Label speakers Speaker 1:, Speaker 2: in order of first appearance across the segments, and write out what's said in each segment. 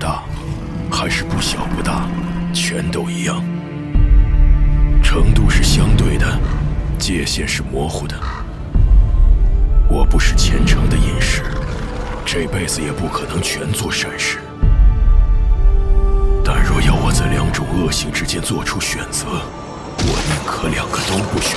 Speaker 1: 大，还是不小不大，全都一样。程度是相对的，界限是模糊的。我不是虔诚的隐士，这辈子也不可能全做善事。但若要我在两种恶行之间做出选择，我宁可两个都不选。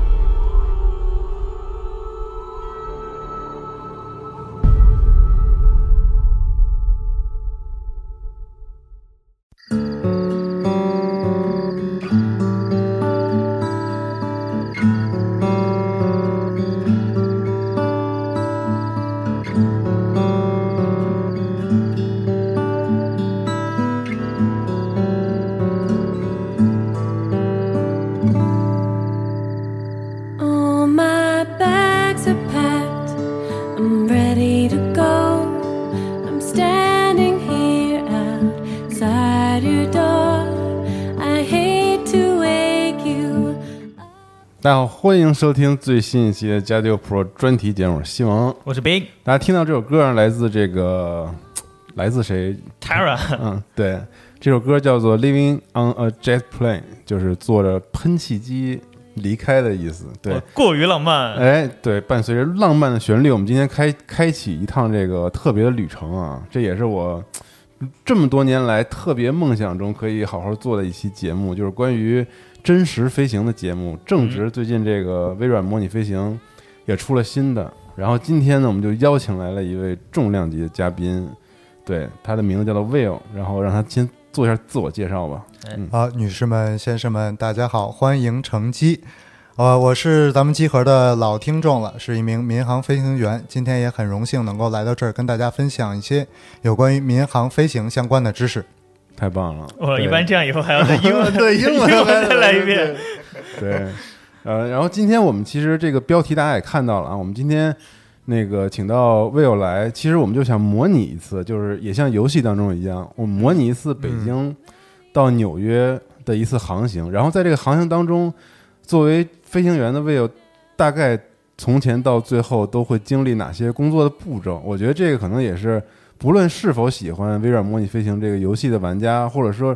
Speaker 2: All my bags are packed. I'm ready to go. I'm standing here outside your door. I hate to wake you.
Speaker 3: 大家好，欢迎收听最新一期的《加六 Pro》专题节目《新闻》。
Speaker 4: 我是 Big
Speaker 3: 大家听到这首歌来自这个，来自谁？
Speaker 4: Tara，
Speaker 3: 嗯，对，这首歌叫做《Living on a Jet Plane》，就是坐着喷气机离开的意思。对，
Speaker 4: 过于浪 漫，
Speaker 3: 哎，对，伴随着浪漫的旋律，我们今天开开启一趟这个特别的旅程啊！这也是我嘖这么多年来特别梦想中可以好好做的一期节目，就是关于真实飞行的节目。正值最近这个微软模拟飞行也出了新的，然后今天呢，我们就邀请来了一位重量级的嘉宾，对，他的名字叫做 Will，然后让他先做一下自我介绍吧。
Speaker 5: 好，啊女士们、先生们，大家好，欢迎乘机。呃，我是咱们集合的老听众了，是一名民航飞行员。今天也很荣幸能够来到这儿，跟大家分享一些有关于民航飞行相关的知识。
Speaker 3: 太棒了！
Speaker 4: 我
Speaker 3: 对
Speaker 4: 一般这样以后还要再英文
Speaker 3: 对英文
Speaker 4: 英文再来一遍。
Speaker 3: 对，呃，然后今天我们其实这个标题大家也看到了啊，我们今天那个请到 Will 来，其实我们就想模拟一次，就是也像游戏当中一样，我们模拟一次北京到纽约的一次航行，然后在这个航行当中，作为飞行员的 Will 大概从前到最后都会经历哪些工作的步骤？我觉得这个可能也是。不论是否喜欢微软模拟飞行这个游戏的玩家，或者说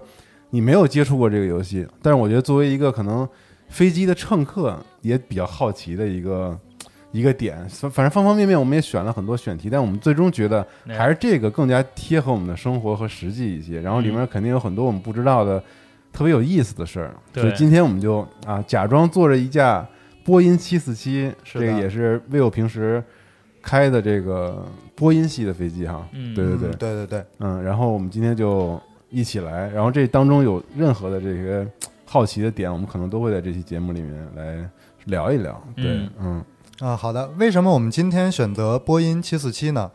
Speaker 3: 你没有接触过这个游戏，但是我觉得作为一个可能飞机的乘客也比较好奇的一个一个点，反反正方方面面我们也选了很多选题，但我们最终觉得还是这个更加贴合我们的生活和实际一些。然后里面肯定有很多我们不知道的、特别有意思的事儿，
Speaker 4: 对
Speaker 3: 所以今天我们就啊假装坐着一架波音七四七，
Speaker 5: 是
Speaker 3: 这
Speaker 5: 的
Speaker 3: 个也是 vivo 平时开的这个波音系的飞机哈，
Speaker 4: 嗯
Speaker 3: 对对对。
Speaker 5: 对对对，
Speaker 3: 嗯，然后我们今天就一起来，然后这当中有任何的这些好奇的点，我们可能都会在这期节目里面来聊一聊。对
Speaker 4: 嗯，
Speaker 3: 嗯，
Speaker 5: 啊、好的。为什么我们今天选择波音七四七呢？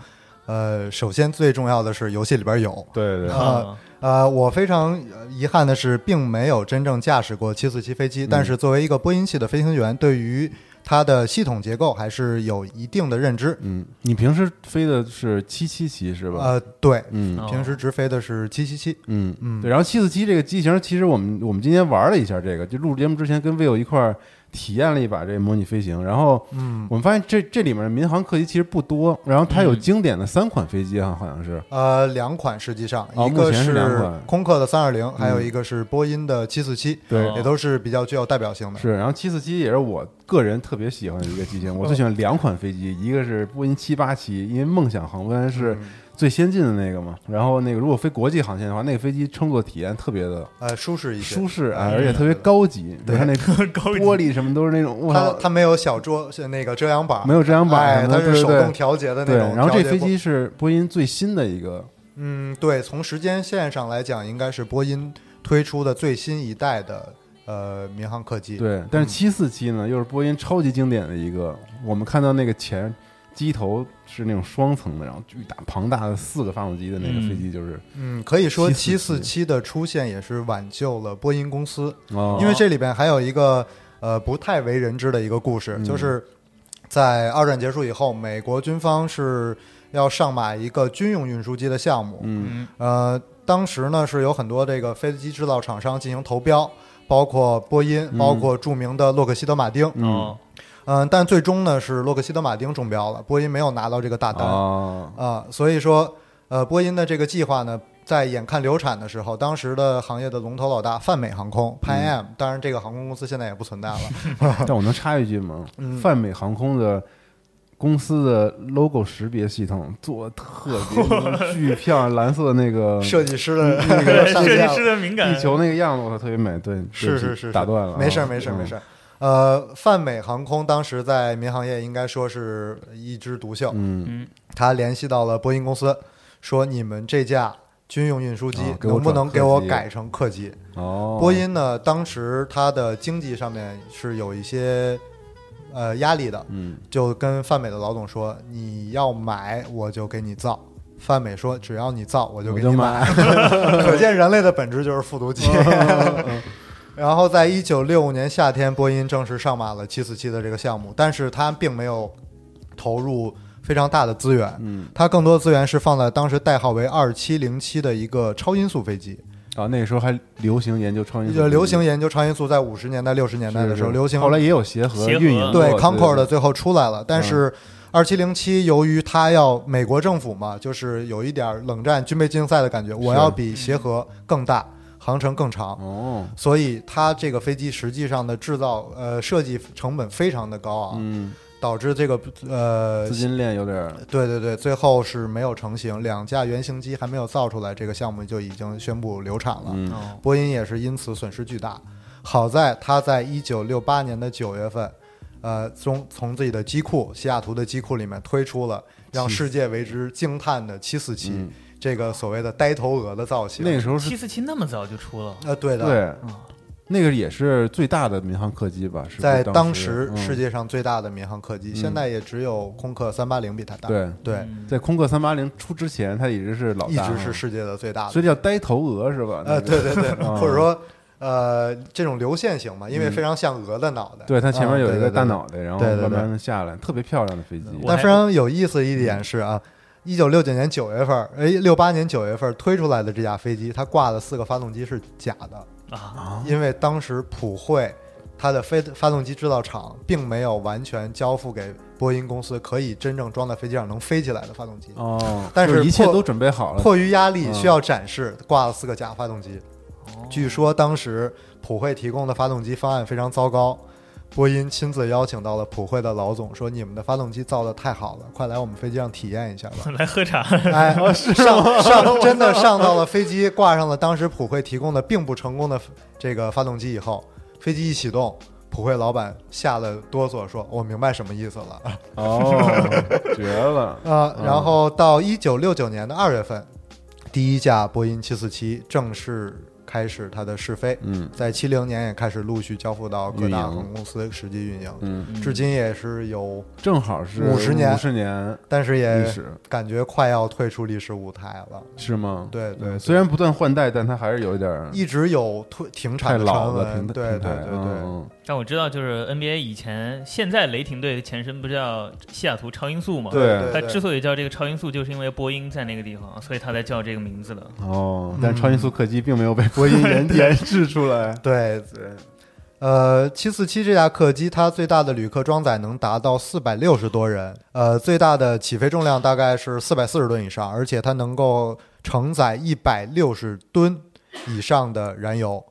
Speaker 5: 呃，首先最重要的是游戏里边有，
Speaker 3: 对对对，
Speaker 5: 啊
Speaker 4: 哦
Speaker 5: 呃，我非常呃遗憾的是，并没有真正驾驶过747飞
Speaker 3: 嗯
Speaker 5: 机，但是作为一个波音系的飞行员，对于它的系统结构还是有一定的认知。
Speaker 3: 嗯，你平时飞的是七七七是吧？
Speaker 5: 呃，对，
Speaker 3: 嗯
Speaker 5: 平时直飞的是777，
Speaker 3: 嗯嗯，对。然后七四七这个机型，其实我们我们今天玩了一下这个，就录节目之前跟 vivo 一块儿体验了一把这模拟飞行，然后嗯，我们发现这这里面的民航客机其实不多，然后它有经典的三款飞机哈，好像是，
Speaker 5: 呃，两款实际上，
Speaker 3: 哦
Speaker 5: 一个
Speaker 3: 目前是两款嗯
Speaker 5: 空客的320，还有一个是波音的747，
Speaker 3: 对
Speaker 5: 也都是比较具有代表性的。
Speaker 3: 是，然后七四七也是我个人特别喜欢的一个机型，我最喜欢两款飞机，一个是波音七八七，因为梦想航班是最先进的那个嘛，然后那个如果飞国际航线的话，那个飞机乘坐体验特别的
Speaker 5: 呃，舒适一些，
Speaker 3: 舒适，
Speaker 5: 啊
Speaker 3: 哎，而且特别。高级，比如它那
Speaker 4: 哦 高级
Speaker 3: 玻璃什么都是那种，我
Speaker 5: 它
Speaker 3: 操，
Speaker 5: 它没有小桌，是那个遮阳板，
Speaker 3: 没有遮阳板
Speaker 5: 哎
Speaker 3: 什么
Speaker 5: 它
Speaker 3: 的
Speaker 5: 是
Speaker 3: 对
Speaker 5: 手
Speaker 3: 对对
Speaker 5: 动调节的那
Speaker 3: 对，
Speaker 5: 种。
Speaker 3: 然后这飞机，是波音最新的一个，
Speaker 5: 嗯，对，从时间线上来讲，应该是波音推出的最新一代的呃民航客机。，
Speaker 3: 对，但是七四七呢又是波音超级经典的一个，我们看到那个前机头是那种双层的，然后巨大庞大的四个发动机的那个飞机就是，
Speaker 5: 嗯，可以说七
Speaker 3: 747
Speaker 5: 四七的出现也是挽救了波音公司。
Speaker 3: 哦
Speaker 5: 因为这里边还有一个呃不太为人知的一个故事，
Speaker 3: 嗯
Speaker 5: 就是在二战结束以后，美国军方是要上马一个军用运输机的项目。嗯，呃，当时呢是有很多这个飞机制造厂商进行投标，包括波音，包括著名的洛克希德马丁。嗯，
Speaker 4: 哦，
Speaker 5: 但最终呢是洛克希德马丁中标了，波音没有拿到这个大单。
Speaker 3: 啊，
Speaker 5: 啊，所以说，呃，波音的这个计划呢，在眼看流产的时候，当时的行业的龙头老大泛美航空 （Pan
Speaker 3: 嗯
Speaker 5: Am），、当然这个航空公司现在也不存在了。
Speaker 3: 但我能插一句吗？
Speaker 5: 嗯
Speaker 3: 泛美航空的公司的 logo 识别系统做得特 别巨漂亮，蓝色那个
Speaker 5: 设计师的
Speaker 3: 嗯那 个
Speaker 4: 对，
Speaker 5: 上
Speaker 4: 设
Speaker 5: 线
Speaker 4: 计师
Speaker 5: 了
Speaker 4: 的敏感
Speaker 3: 地，球那个样子，我操，特别美。对，对
Speaker 5: 是
Speaker 3: 不起
Speaker 5: 是是，
Speaker 3: 打断了啊，
Speaker 5: 没事儿没事儿没事儿。呃，泛美航空当时在民航业应该说是一枝独秀。
Speaker 3: 嗯。嗯，
Speaker 5: 他联系到了波音公司，说你们这架军用运输机
Speaker 3: 啊给我
Speaker 5: 能不
Speaker 3: 转
Speaker 5: 能给
Speaker 3: 客
Speaker 5: 我
Speaker 3: 机
Speaker 5: 改成客机？
Speaker 3: 哦，
Speaker 5: 波音呢，当时它的经济上面是有一些呃压力的，
Speaker 3: 嗯，
Speaker 5: 就跟泛美的老总说，你要买我就给你造。泛美说，只要你造，我就
Speaker 3: 我
Speaker 5: 给
Speaker 3: 就
Speaker 5: 你买。
Speaker 3: 买，
Speaker 5: 可见人类的本质就是复读机。
Speaker 3: 哦
Speaker 5: 然后，在一九六五年夏天，波音正式上马了七四七的这个项目，但是它并没有投入非常大的资源，嗯，它更多的资源是放在当时代号为二七零七的一个超音速飞机，
Speaker 3: 啊，那个时候还流行研究超音速，
Speaker 5: 就流行研究超音速，在五十年代、六十年代的时候
Speaker 3: 是
Speaker 5: 流行。
Speaker 3: 后来也有协和
Speaker 4: 协和嗯
Speaker 3: 运营过，
Speaker 5: 对
Speaker 3: 对嗯
Speaker 5: Concorde 最后出来了，但是二七零七由于它要美国政府嘛，就是有一点冷战军备竞赛的感觉，我要比协和更大，航程更长，
Speaker 3: 嗯哦，
Speaker 5: 所以它这个飞机实际上的制造呃设计成本非常的高啊，
Speaker 3: 嗯，
Speaker 5: 导致这个呃
Speaker 3: 资金链有点儿
Speaker 5: 对对对，最后是没有成型，两架原型机还没有造出来，这个项目就已经宣布流产了。
Speaker 3: 嗯
Speaker 4: 哦
Speaker 5: 波音也是因此损失巨大。好在他在一九六八年的九月份，呃，从从自己的机库西雅图的机库里面推出了让世界为之惊叹的七四七这个所谓的呆头鹅的造
Speaker 3: 嗯
Speaker 5: 型。
Speaker 3: 那个时候是
Speaker 4: 七四七那么早就出了，
Speaker 5: 呃，对的，
Speaker 3: 对，那个也是最大的民航客机吧？是不是
Speaker 5: 在
Speaker 3: 当嗯
Speaker 5: 当时世界上最大的民航客机，现在也只有空客三八零比它大。
Speaker 3: 对
Speaker 5: 对，
Speaker 3: 嗯在空客三八零出之前，它一直是老
Speaker 5: 一
Speaker 3: 大，啊
Speaker 5: 直是世界的最大的。
Speaker 3: 所以叫呆头鹅是吧？那
Speaker 5: 呃，
Speaker 3: 个
Speaker 5: 对 对对，
Speaker 3: 啊
Speaker 5: 或者说呃，这种流线型嘛，因为非常像鹅的脑袋。
Speaker 3: 嗯对，它前面
Speaker 5: 啊
Speaker 3: 有一个大。
Speaker 5: 对对对
Speaker 3: 脑袋，然后
Speaker 5: 对对对
Speaker 3: 慢慢的下来，特别漂亮的飞机。
Speaker 4: 我
Speaker 5: 但
Speaker 4: 还
Speaker 5: 非常有意思一点是啊，一九六九年九月份儿，哎，六八年九月份儿推出来的这架飞机，它挂的四个发动机是假的，
Speaker 4: 啊，
Speaker 5: 因为当时普惠它的飞发动机制造厂并没有完全交付给波音公司可以真正装在飞机上能飞起来的发动机。
Speaker 3: 哦，
Speaker 5: 但是
Speaker 3: 就一切
Speaker 5: 迫
Speaker 3: 都准备好了，
Speaker 5: 迫于压力需要展示，挂了四个假发动机。据说当时普惠提供的发动机方案非常糟糕，波音亲自邀请到了普惠的老总，说你们的发动机造的太好了，快来我们飞机上体验一下吧。
Speaker 4: 来喝茶，
Speaker 5: 哎，上上真的上到了飞机，挂上了当时普惠提供的并不成功的这个发动机以后，飞机一启动，普惠老板吓得哆嗦，说：“我明白什么意思了。”
Speaker 3: 哦，绝了，
Speaker 5: 啊，然后到一九六九年的二月份，第一架波音七四七正式开始它的试飞。
Speaker 3: 嗯，
Speaker 5: 在七零年也开始陆续交付到各
Speaker 3: 运营
Speaker 5: 大航空公司实际运营。
Speaker 3: 嗯，
Speaker 5: 至今也是有，
Speaker 3: 正好是
Speaker 5: 50年
Speaker 3: 五十年
Speaker 5: 但是
Speaker 3: 历
Speaker 5: 也
Speaker 3: 史
Speaker 5: 感觉快要退出历史舞台了。
Speaker 3: 是吗？
Speaker 5: 对对
Speaker 3: 嗯
Speaker 5: 对
Speaker 3: 虽然不断换代，但它还是有一点儿
Speaker 5: 一直有退停
Speaker 3: 太
Speaker 5: 产的
Speaker 3: 老
Speaker 5: 传
Speaker 3: 了，
Speaker 5: 闻
Speaker 3: 平，
Speaker 5: 对对
Speaker 3: 平台
Speaker 5: 对对，
Speaker 3: 嗯
Speaker 4: 但我知道，就是 NBA 以前现在雷霆队的前身不是叫西雅图超音速吗？
Speaker 3: 对
Speaker 5: 对
Speaker 4: 它
Speaker 5: 对
Speaker 4: 之所以叫这个超音速，就是因为波音在那个地方，所以它才叫这个名字的。
Speaker 3: 嗯哦，但超音速客机并没有被波音 研研制出来，
Speaker 5: 对对。呃，七四七这架客机，它最大的旅客装载能达到四百六十多人，呃，最大的起飞重量大概是四百四十吨以上，而且它能够承载一百六十吨以上的燃油，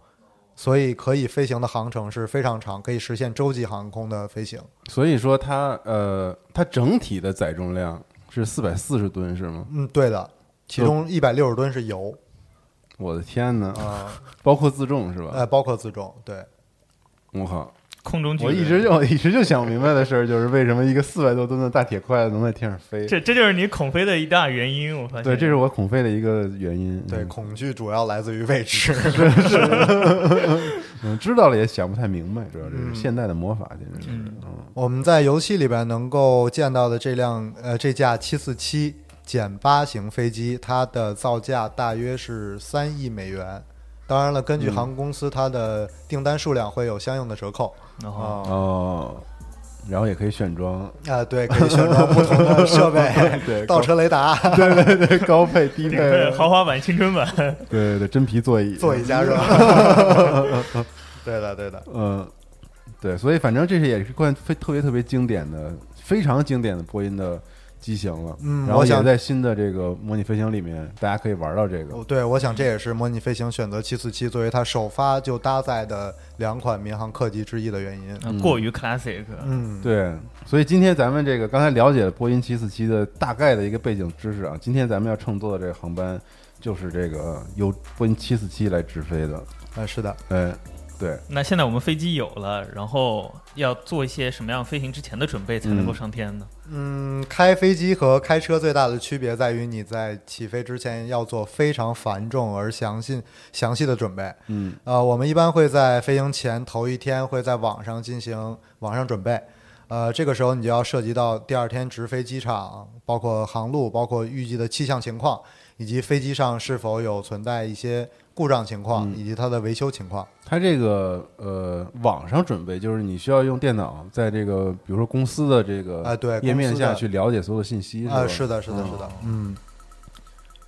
Speaker 5: 所以可以飞行的航程是非常长，可以实现洲际航空的飞行。
Speaker 3: 所以说它呃，它整体的载重量是四百四十吨是吗？
Speaker 5: 嗯，对的，其中一百六十吨是油
Speaker 3: 我的天哪，
Speaker 5: 啊，
Speaker 3: 包括自重是吧？
Speaker 5: 呃，包括自重，对，
Speaker 3: 我靠！
Speaker 4: 空中巨
Speaker 3: 我
Speaker 4: 人
Speaker 3: 一直就我 一直就想不明白的事儿，就是为什么一个四百多吨的大铁块能在天上飞？
Speaker 4: 这这就是你恐飞的一大原因，我发现。
Speaker 3: 对，这是我恐飞的一个原因。
Speaker 5: 对，
Speaker 3: 嗯
Speaker 5: 恐惧主要来自于位 置。
Speaker 3: 嗯，知道了也想不太明白，主要这
Speaker 5: 嗯
Speaker 3: 是现代的魔法，简直是。嗯，
Speaker 5: 我们在游戏里边能够见到的这辆呃这架747减八型飞机，它的造价大约是三亿美元。当然了，根据航空公司它的订单数量会有相应的折扣。
Speaker 4: 然后
Speaker 5: 啊、
Speaker 3: 哦，然后也可以选 装，
Speaker 5: 啊，对，可以选装不同的设备，
Speaker 3: 对
Speaker 5: 倒车雷达，
Speaker 3: 对对对，高配低配，
Speaker 4: 对，豪华版、青春版，
Speaker 3: 对对对，真皮座椅，
Speaker 5: 座椅加热。 对的，对的，
Speaker 3: 嗯，对，所以反正这些也是关非特别特别经典的、非常经典的波音的机型了。
Speaker 5: 嗯
Speaker 3: 然后
Speaker 5: 我想
Speaker 3: 也在新的这个模拟飞行里面，大家可以玩到这个。
Speaker 5: 哦，对，我想这也是模拟飞行选择七四七作为它首发就搭载的两款民航客机之一的原因。
Speaker 4: 过于 classic。
Speaker 5: 嗯，
Speaker 3: 对，所以今天咱们这个刚才了解了波音七四七的大概的一个背景知识啊，今天咱们要乘坐的这个航班就是这个由波音七四七来直飞的。
Speaker 5: 啊，是的，
Speaker 3: 哎，对，
Speaker 4: 那现在我们飞机有了，然后要做一些什么样飞行之前的准备才能够上天呢？
Speaker 5: 嗯，开飞机和开车最大的区别在于你在起飞之前要做非常繁重而详细详细的准备。
Speaker 3: 嗯，
Speaker 5: 呃，我们一般会在飞行前头一天会在网上进行网上准备，呃，这个时候你就要涉及到第二天直飞机场，包括航路，包括预计的气象情况，以及飞机上是否有存在一些故障情
Speaker 3: 嗯
Speaker 5: 况，以及它的维修情况。
Speaker 3: 它这个呃，网上准备就是你需要用电脑在这个比如说公司的这个
Speaker 5: 啊对
Speaker 3: 页面
Speaker 5: 公司的
Speaker 3: 下去了解所有的信息
Speaker 5: 啊、
Speaker 3: 吧？
Speaker 5: 是的，是的，
Speaker 3: 嗯
Speaker 5: 是的，嗯。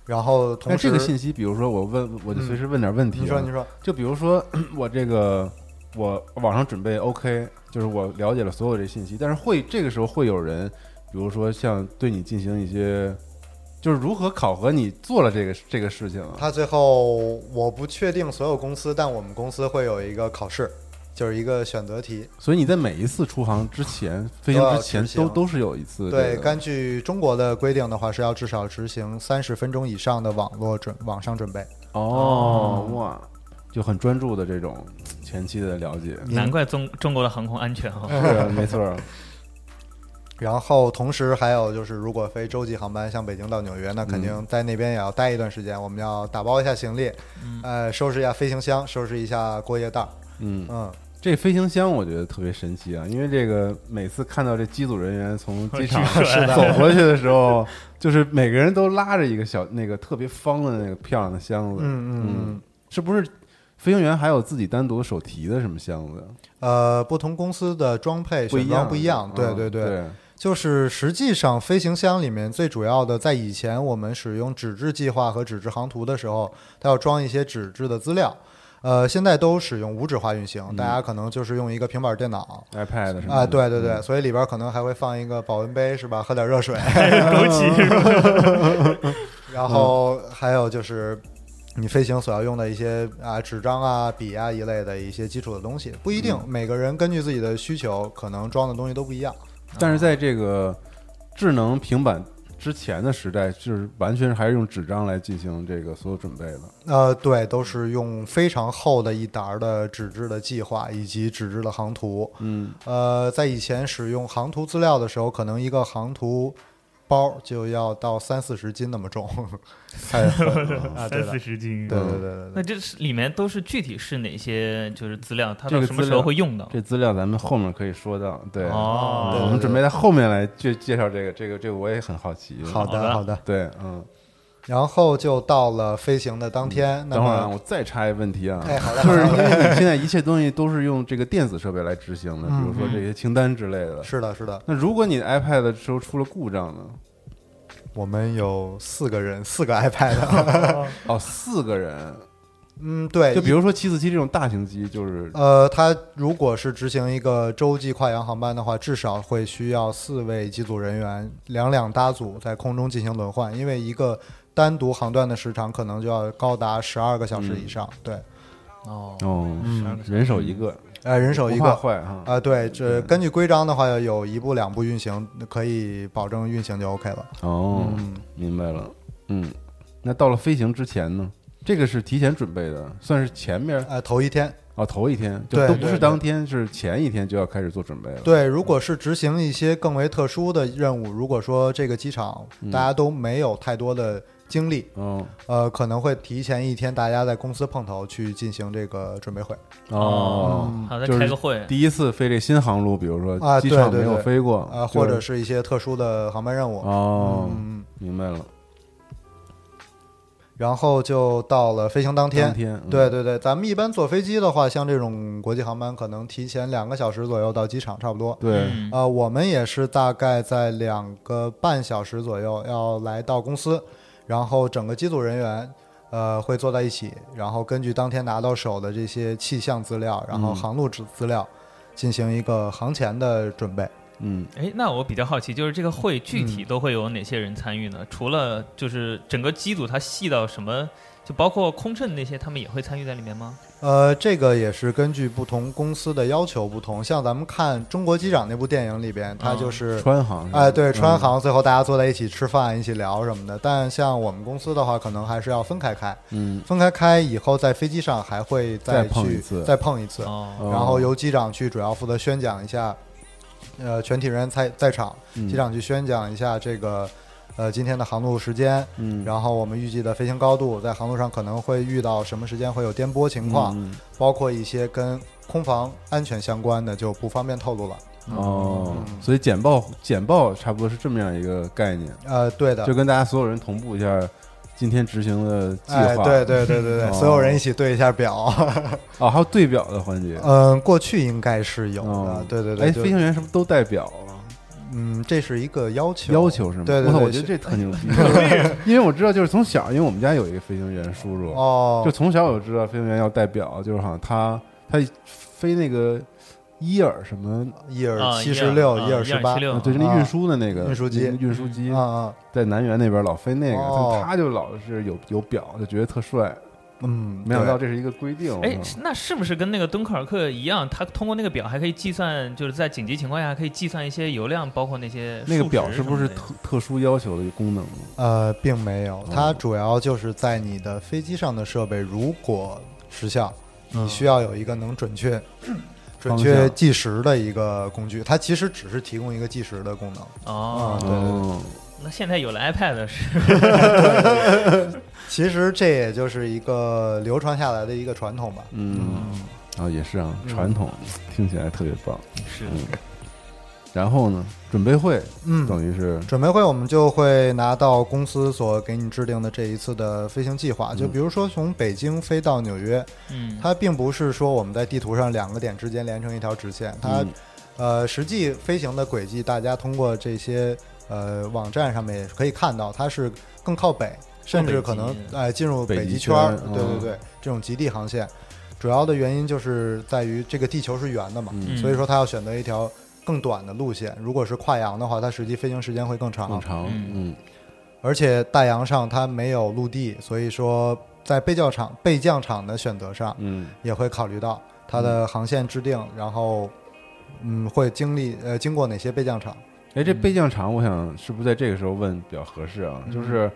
Speaker 5: 然后
Speaker 3: 那
Speaker 5: 同时，
Speaker 3: 哎这
Speaker 5: 嗯
Speaker 3: 个信息，比如说我问，我就随时问点问题、啊
Speaker 5: 你说，你，说，
Speaker 3: 就比如说 我这个我网上准备 OK，就是我了解了所有这信息，但是会这个时候会有人，比如说像对你进行一些，就是如何考核你做了这个这个事情啊？
Speaker 5: 他最后我不确定所有公司，但我们公司会有一个考试，就是一个选择题。
Speaker 3: 所以你在每一次出航之前，飞
Speaker 5: 都
Speaker 3: 行
Speaker 5: 要
Speaker 3: 之前
Speaker 5: 执行
Speaker 3: 都都是有一次、这
Speaker 5: 对，
Speaker 3: 个
Speaker 5: 根据中国的规定的话，是要至少执行三十分钟以上的网络准网上准备。
Speaker 3: 哦哇，就很专注的这种前期的了解，
Speaker 4: 难怪中中国的航空安全哦哈、
Speaker 3: 是啊没错儿，
Speaker 5: 然后同时还有就是，如果飞洲际航班，像北京到纽约，那肯
Speaker 3: 嗯
Speaker 5: 定在那边也要待一段时间。我们要打包一下行李，呃，收拾一下飞行箱，收拾一下过夜袋儿。
Speaker 3: 嗯。
Speaker 5: 嗯，
Speaker 3: 这飞行箱我觉得特别神奇啊，因为这个每次看到这机组人员从机场
Speaker 4: 是的
Speaker 3: 走过去的时候，就是每个人都拉着一个小那个特别方的那个漂亮的箱子，
Speaker 5: 嗯嗯嗯
Speaker 3: 是不是？飞行员还有自己单独手提的什么箱子，
Speaker 5: 呃，不同公司的装配
Speaker 3: 不
Speaker 5: 选
Speaker 3: 一样，
Speaker 5: 装不一样，对
Speaker 3: 嗯
Speaker 5: 对
Speaker 3: 对，
Speaker 5: 就是实际上，飞行箱里面最主要的，在以前我们使用纸质计划和纸质航图的时候，它要装一些纸质的资料。呃，现在都使用无纸化运行，大家可能就是用一个平板电脑。
Speaker 3: iPad 什么的
Speaker 5: 啊，对对对，所以里边可能还会放一个保温杯，是吧？喝点热水，
Speaker 4: 枸杞是吧？
Speaker 5: 然后还有就是你飞行所要用的一些啊纸张啊、笔啊一类的一些基础的东西，不一定每个人根据自己的需求，可能装的东西都不一样。
Speaker 3: 但是在这个智能平板之前的时代，就是完全还是用纸张来进行这个所有准备的。
Speaker 5: 呃，对，都是用非常厚的一沓儿的纸质的计划以及纸质的航图。
Speaker 3: 嗯，
Speaker 5: 呃，在以前使用航图资料的时候，可能一个航图包就要到三四十斤那么重。 太狠了啊，对
Speaker 4: 三
Speaker 5: 的，
Speaker 4: 四十斤。
Speaker 5: 对对对对
Speaker 4: 那
Speaker 5: 对。
Speaker 4: 这是里面都是具体是哪些就是资料？它
Speaker 3: 这
Speaker 4: 到
Speaker 3: 个
Speaker 4: 什么
Speaker 3: 资
Speaker 4: 时候
Speaker 3: 料
Speaker 4: 会用到？
Speaker 3: 这资料咱们后面可以说到。对，嗯
Speaker 4: 哦，
Speaker 3: 我们准备在后面来介介绍这个，这个，这个我也很嗯好奇。
Speaker 4: 好
Speaker 5: 好的
Speaker 4: 的
Speaker 5: 好的，
Speaker 3: 对，嗯，
Speaker 5: 然后就到了飞行的当天。那
Speaker 3: 等会儿啊，
Speaker 5: 么，
Speaker 3: 我再插一个问题啊，
Speaker 5: 哎，好的，
Speaker 3: 就是
Speaker 5: 好
Speaker 3: 因
Speaker 5: 的
Speaker 3: 为你现在一切东西都是用这个电子设备来执行的，比如说这些清单之类的。
Speaker 5: 是的，是的，
Speaker 3: 那如果你的 iPad 的时候出了故障呢？
Speaker 5: 我们有四个人，四个 iPad。
Speaker 3: 哦，四个人，
Speaker 5: 嗯，对，
Speaker 3: 就比如说七四七这种大型机，就是
Speaker 5: 呃，它如果是执行一个洲际跨洋航班的话，至少会需要四位机组人员两两搭组在空中进行轮换，因为一个单独航段的时长可能就要高达十二个小时以上。对，
Speaker 4: 哦，
Speaker 3: 哦，人手一个，嗯
Speaker 5: 呃，人手一
Speaker 3: 不怕
Speaker 5: 个。
Speaker 3: 坏哈。
Speaker 5: 啊、对，这根据规章的话，有一步两步运行，可以保证运行就 OK 了。
Speaker 3: 哦，明白了。嗯，那到了飞行之前呢？这个是提前准备的，算是前面
Speaker 5: 呃，头一天，
Speaker 3: 哦，头一天就
Speaker 5: 对
Speaker 3: 都不
Speaker 5: 对
Speaker 3: 是
Speaker 5: 对
Speaker 3: 当天，是前一天就要开始做准备了。
Speaker 5: 对，如果是执行一些更为特殊的任务，如果说这个机场大家都没有太多的精力，
Speaker 3: 哦
Speaker 5: 呃，可能会提前一天，大家在公司碰头去进行这个准备会。
Speaker 3: 哦，
Speaker 4: 好，再
Speaker 3: 就是
Speaker 4: 开个会。
Speaker 3: 第一次飞这新航路，比如说
Speaker 5: 啊对
Speaker 3: 机场
Speaker 5: 对
Speaker 3: 没有
Speaker 5: 对
Speaker 3: 飞过
Speaker 5: 啊，或
Speaker 3: 就
Speaker 5: 者是一嗯些特殊的航班任务。
Speaker 3: 哦，
Speaker 5: 嗯，
Speaker 3: 明白了。
Speaker 5: 然后就到了飞行当天。
Speaker 3: 当天嗯
Speaker 5: 对对对，咱们一般坐飞机的话，像这种国际航班，可能提前两个小时左右到机场，差不多。
Speaker 3: 对，
Speaker 4: 嗯
Speaker 5: 呃，我们也是大概在两个半小时左右要来到公司，然后整个机组人员呃会坐在一起，然后根据当天拿到手的这些气象资料，然后
Speaker 3: 嗯
Speaker 5: 航路资资料，进行一个航前的准备。
Speaker 3: 嗯，
Speaker 4: 哎，那我比较好奇，就是这个会具体都会有哪些人参与呢？除了就是整个机组，它细到什么，就包括空乘那些，他们也会参与在里面吗？
Speaker 5: 呃，这个也是根据不同公司的要求不同，像咱们看《中国机长》那部电影里边，它就是、
Speaker 3: 川航是吧，
Speaker 5: 哎，对，川
Speaker 3: 嗯，
Speaker 5: 航最后大家坐在一起吃饭，一起聊什么的。但像我们公司的话，可能还是要分开开。
Speaker 3: 嗯，
Speaker 5: 分开开以后，在飞机上还会
Speaker 3: 再
Speaker 5: 去
Speaker 3: 碰一次
Speaker 5: 再碰一次，
Speaker 4: 哦，
Speaker 5: 然后由机长去主要负责宣讲一下，呃，全体人员在在场，
Speaker 3: 嗯
Speaker 5: 机长去宣讲一下这个。呃，今天的航路时间，
Speaker 3: 嗯
Speaker 5: 然后我们预计的飞行高度，在航路上可能会遇到什么时间会有颠簸情况，
Speaker 3: 嗯
Speaker 5: 包括一些跟空防安全相关的就不方便透露了。
Speaker 3: 哦，所以简报简报差不多是这么样一个概念，
Speaker 5: 呃，对的，
Speaker 3: 就跟大家所有人同步一下今天执行的计
Speaker 5: 哎，
Speaker 3: 划，
Speaker 5: 对对对对对，
Speaker 3: 哦
Speaker 5: 所有人一起对一下表。
Speaker 3: 哦，还有对表的环节，
Speaker 5: 嗯，过去应该是有
Speaker 3: 哦
Speaker 5: 的，对对
Speaker 3: 哎，
Speaker 5: 对。就
Speaker 3: 飞行员是不是都代表啊？
Speaker 5: 嗯，这是一个要求，
Speaker 3: 要求是吗？
Speaker 5: 对对
Speaker 3: 我操
Speaker 5: 对
Speaker 3: 我觉得这特 牛逼，因为我知道，就是从小，因为我们家有一个飞行员叔叔，
Speaker 5: 哦，
Speaker 3: 就从小我就知道飞行员要代表，就是好像他他飞那个伊尔什么，
Speaker 5: 一
Speaker 4: 啊
Speaker 5: 耳七
Speaker 4: 一
Speaker 5: 十六，
Speaker 4: 啊
Speaker 5: 一耳
Speaker 4: 一
Speaker 5: 十
Speaker 4: 二
Speaker 5: 八
Speaker 4: 七，六
Speaker 3: 啊对，就那
Speaker 5: 啊
Speaker 3: 运输的那个
Speaker 5: 运输机
Speaker 3: 那运输机
Speaker 5: 啊啊，
Speaker 3: 在南园那边老飞那个，
Speaker 5: 哦
Speaker 3: 他他就老是有有表，就觉得特帅，
Speaker 5: 嗯，
Speaker 3: 没想到
Speaker 5: 对
Speaker 3: 这是一个规定。嗯我，
Speaker 4: 哎
Speaker 3: 操
Speaker 4: 是那是不是跟那个敦刻尔克一样？它通过那个表还可以计算，就是在紧急情况下可以计算一些油量，包括那 些
Speaker 3: 那个
Speaker 4: 数值
Speaker 3: 表是不是
Speaker 4: 什么的
Speaker 3: 特特殊要求的功能吗？
Speaker 5: 呃，并没
Speaker 3: 哦
Speaker 5: 有，它主要就是在你的飞机上的设备，如果失效，
Speaker 3: 嗯
Speaker 5: 你需要有一个能准确。准确
Speaker 3: 向
Speaker 5: 计时的一个工具，它其实只是提供一个计时的功能。
Speaker 4: 哦？
Speaker 5: 对对对
Speaker 3: 哦
Speaker 4: 那现在有了 iPad 是
Speaker 5: 其实这也就是一个流传下来的一个传统吧。
Speaker 3: 嗯，啊也是啊，传统听起来特别棒。
Speaker 4: 是
Speaker 3: 然后呢，准备会
Speaker 5: 嗯，
Speaker 3: 等于是
Speaker 5: 准备会我们就会拿到公司所给你制定的这一次的飞行计划，就比如说从北京飞到纽约，
Speaker 4: 嗯，
Speaker 5: 它并不是说我们在地图上两个点之间连成一条直线，它
Speaker 3: 嗯
Speaker 5: 呃实际飞行的轨迹，大家通过这些呃网站上面也是可以看到，它是更靠北，甚至可能
Speaker 4: 北极
Speaker 5: 哎、进入
Speaker 3: 北
Speaker 5: 北
Speaker 3: 极
Speaker 5: 极圈儿，
Speaker 3: 圈
Speaker 5: 对
Speaker 3: 嗯
Speaker 5: 对对，这种极地航线，主要的原因就是在于这个地球是圆的嘛，
Speaker 3: 嗯
Speaker 5: 所以说它要选择一条更短的路线，如果是跨洋的话，它实际飞行时间会更长，
Speaker 3: 更长，嗯
Speaker 4: 嗯
Speaker 5: 而且大洋上它没有陆地，所以说在备教场备降场的选择上
Speaker 3: 嗯
Speaker 5: 也会考虑到它
Speaker 4: 嗯
Speaker 5: 的航线制定，然后嗯会经历呃经过哪些备降场。
Speaker 3: 哎，这备降场，我想是不是在这个时候问比较合适啊？就是，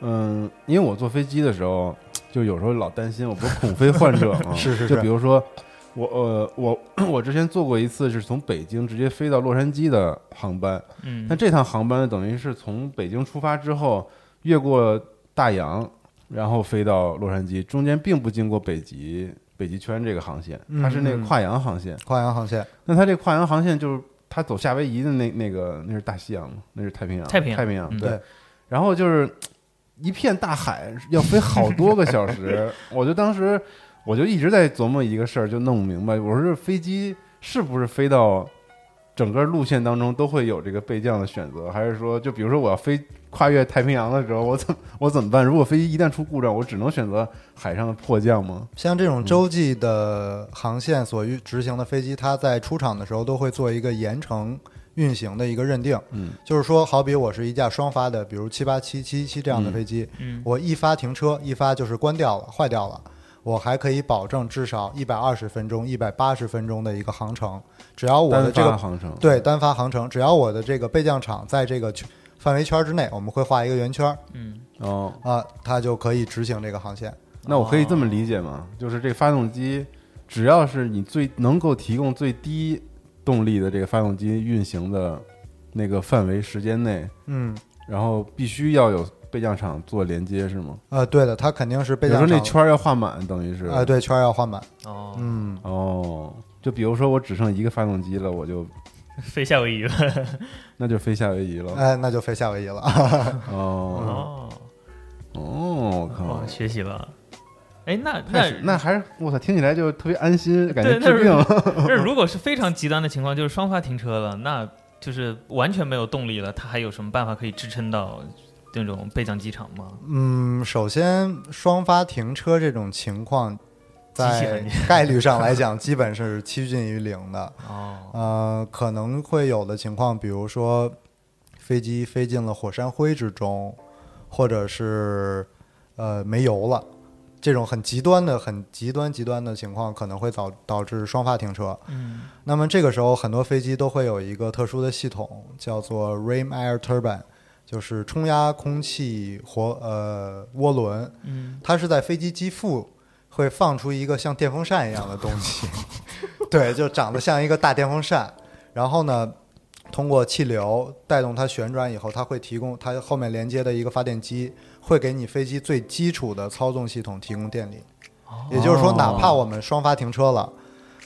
Speaker 3: 嗯，因为我坐飞机的时候，就有时候老担心，我不是恐飞患者吗？
Speaker 5: 是是是
Speaker 3: 就比如说，我呃我 我之前坐过一次是从北京直接飞到洛杉矶的航班，
Speaker 4: 嗯
Speaker 3: 但这趟航班等于是从北京出发之后，越过大洋，然后飞到洛杉矶，中间并不经过北极北极圈这个航线，它是那个
Speaker 5: 嗯嗯
Speaker 3: 跨洋航线。
Speaker 5: 跨洋航线，
Speaker 3: 那它这跨洋航线就是它走夏威夷的那那个那是大西洋吗？那是太平洋，
Speaker 4: 太平洋
Speaker 3: 太平洋
Speaker 4: 嗯
Speaker 3: 对
Speaker 5: 对。
Speaker 3: 然后就是一片大海，要飞好多个小时。 我就当时我就一直在琢磨一个事儿，就弄不明白，我说这飞机是不是飞到整个路线当中都会有这个备降的选择，还是说，就比如说我要飞跨越太平洋的时候，我怎么 我怎么办？如果飞机一旦出故障，我只能选择海上的迫降吗？
Speaker 5: 像这
Speaker 4: 嗯
Speaker 5: 种洲际的航线所遇执行的飞机，它在出厂的时候都会做一个延程运行的一个认定。
Speaker 3: 嗯，
Speaker 5: 就是说，好比我是一架双发的，比如七八七、七七这样的飞机，
Speaker 4: 嗯
Speaker 5: 我一发停车，一发就是关掉了、坏掉了，我还可以保证至少一百二十分钟、一百八十分钟的一个航程。只要我的
Speaker 3: 单
Speaker 5: 这
Speaker 3: 发
Speaker 5: 个
Speaker 3: 航程，
Speaker 5: 对单发航程，只要我的这个备降场在这个圈范围圈之内，我们会画一个圆圈儿
Speaker 4: 嗯
Speaker 3: 哦，
Speaker 5: 啊，它就可以执行这个航线。
Speaker 3: 那我可以这么理解
Speaker 5: 哦
Speaker 3: 吗？就是这个发动机，只要是你最能够提供最低动力的这个发动机运行的那个范围时间内，
Speaker 5: 嗯，
Speaker 3: 然后必须要有备降场做连接，是吗？
Speaker 5: 呃，对的，它肯定是
Speaker 3: 比
Speaker 5: 备
Speaker 3: 如
Speaker 5: 降
Speaker 3: 说
Speaker 5: 场
Speaker 3: 那圈儿要画满，等于是
Speaker 5: 啊、对，圈儿要画满。
Speaker 4: 哦，
Speaker 5: 嗯，
Speaker 3: 哦，就比如说我只剩一个发动机了，我就
Speaker 4: 飞夏威夷了
Speaker 5: 哎
Speaker 3: 那就飞夏威夷了。
Speaker 5: 哎，那就飞夏威夷了。
Speaker 3: 哦，
Speaker 4: 哦，
Speaker 3: 哦，我靠
Speaker 4: 哦，！学习了。哎，那
Speaker 3: 太
Speaker 4: 那
Speaker 3: 是那还是我操，听起来就特别安心，感觉
Speaker 4: 对那
Speaker 3: 治
Speaker 4: 是
Speaker 3: 病 了。
Speaker 4: 那如果是非常极端的情况，就是双发停车了，那就是完全没有动力了，它还有什么办法可以支撑到那种备降机场吗？
Speaker 5: 嗯，首先双发停车这种情况，
Speaker 4: 极
Speaker 5: 在
Speaker 4: 限
Speaker 5: 概率上来讲，基本是趋近于零的。
Speaker 4: 哦，
Speaker 5: 呃，可能会有的情况，比如说飞机飞进了火山灰之中，或者是呃没油了，这种很极端的、很极端极端的情况，可能会导导致双发停车。
Speaker 4: 嗯，
Speaker 5: 那么这个时候，很多飞机都会有一个特殊的系统，叫做 Ram Air Turbine，就是冲压空气活呃涡轮。
Speaker 4: 嗯，
Speaker 5: 它是在飞机机腹会放出一个像电风扇一样的东西，对，就长得像一个大电风扇。然后呢，通过气流带动它旋转以后，它会提供它后面连接的一个发电机，会给你飞机最基础的操纵系统提供电力。也就是说，哪怕我们双发停车了，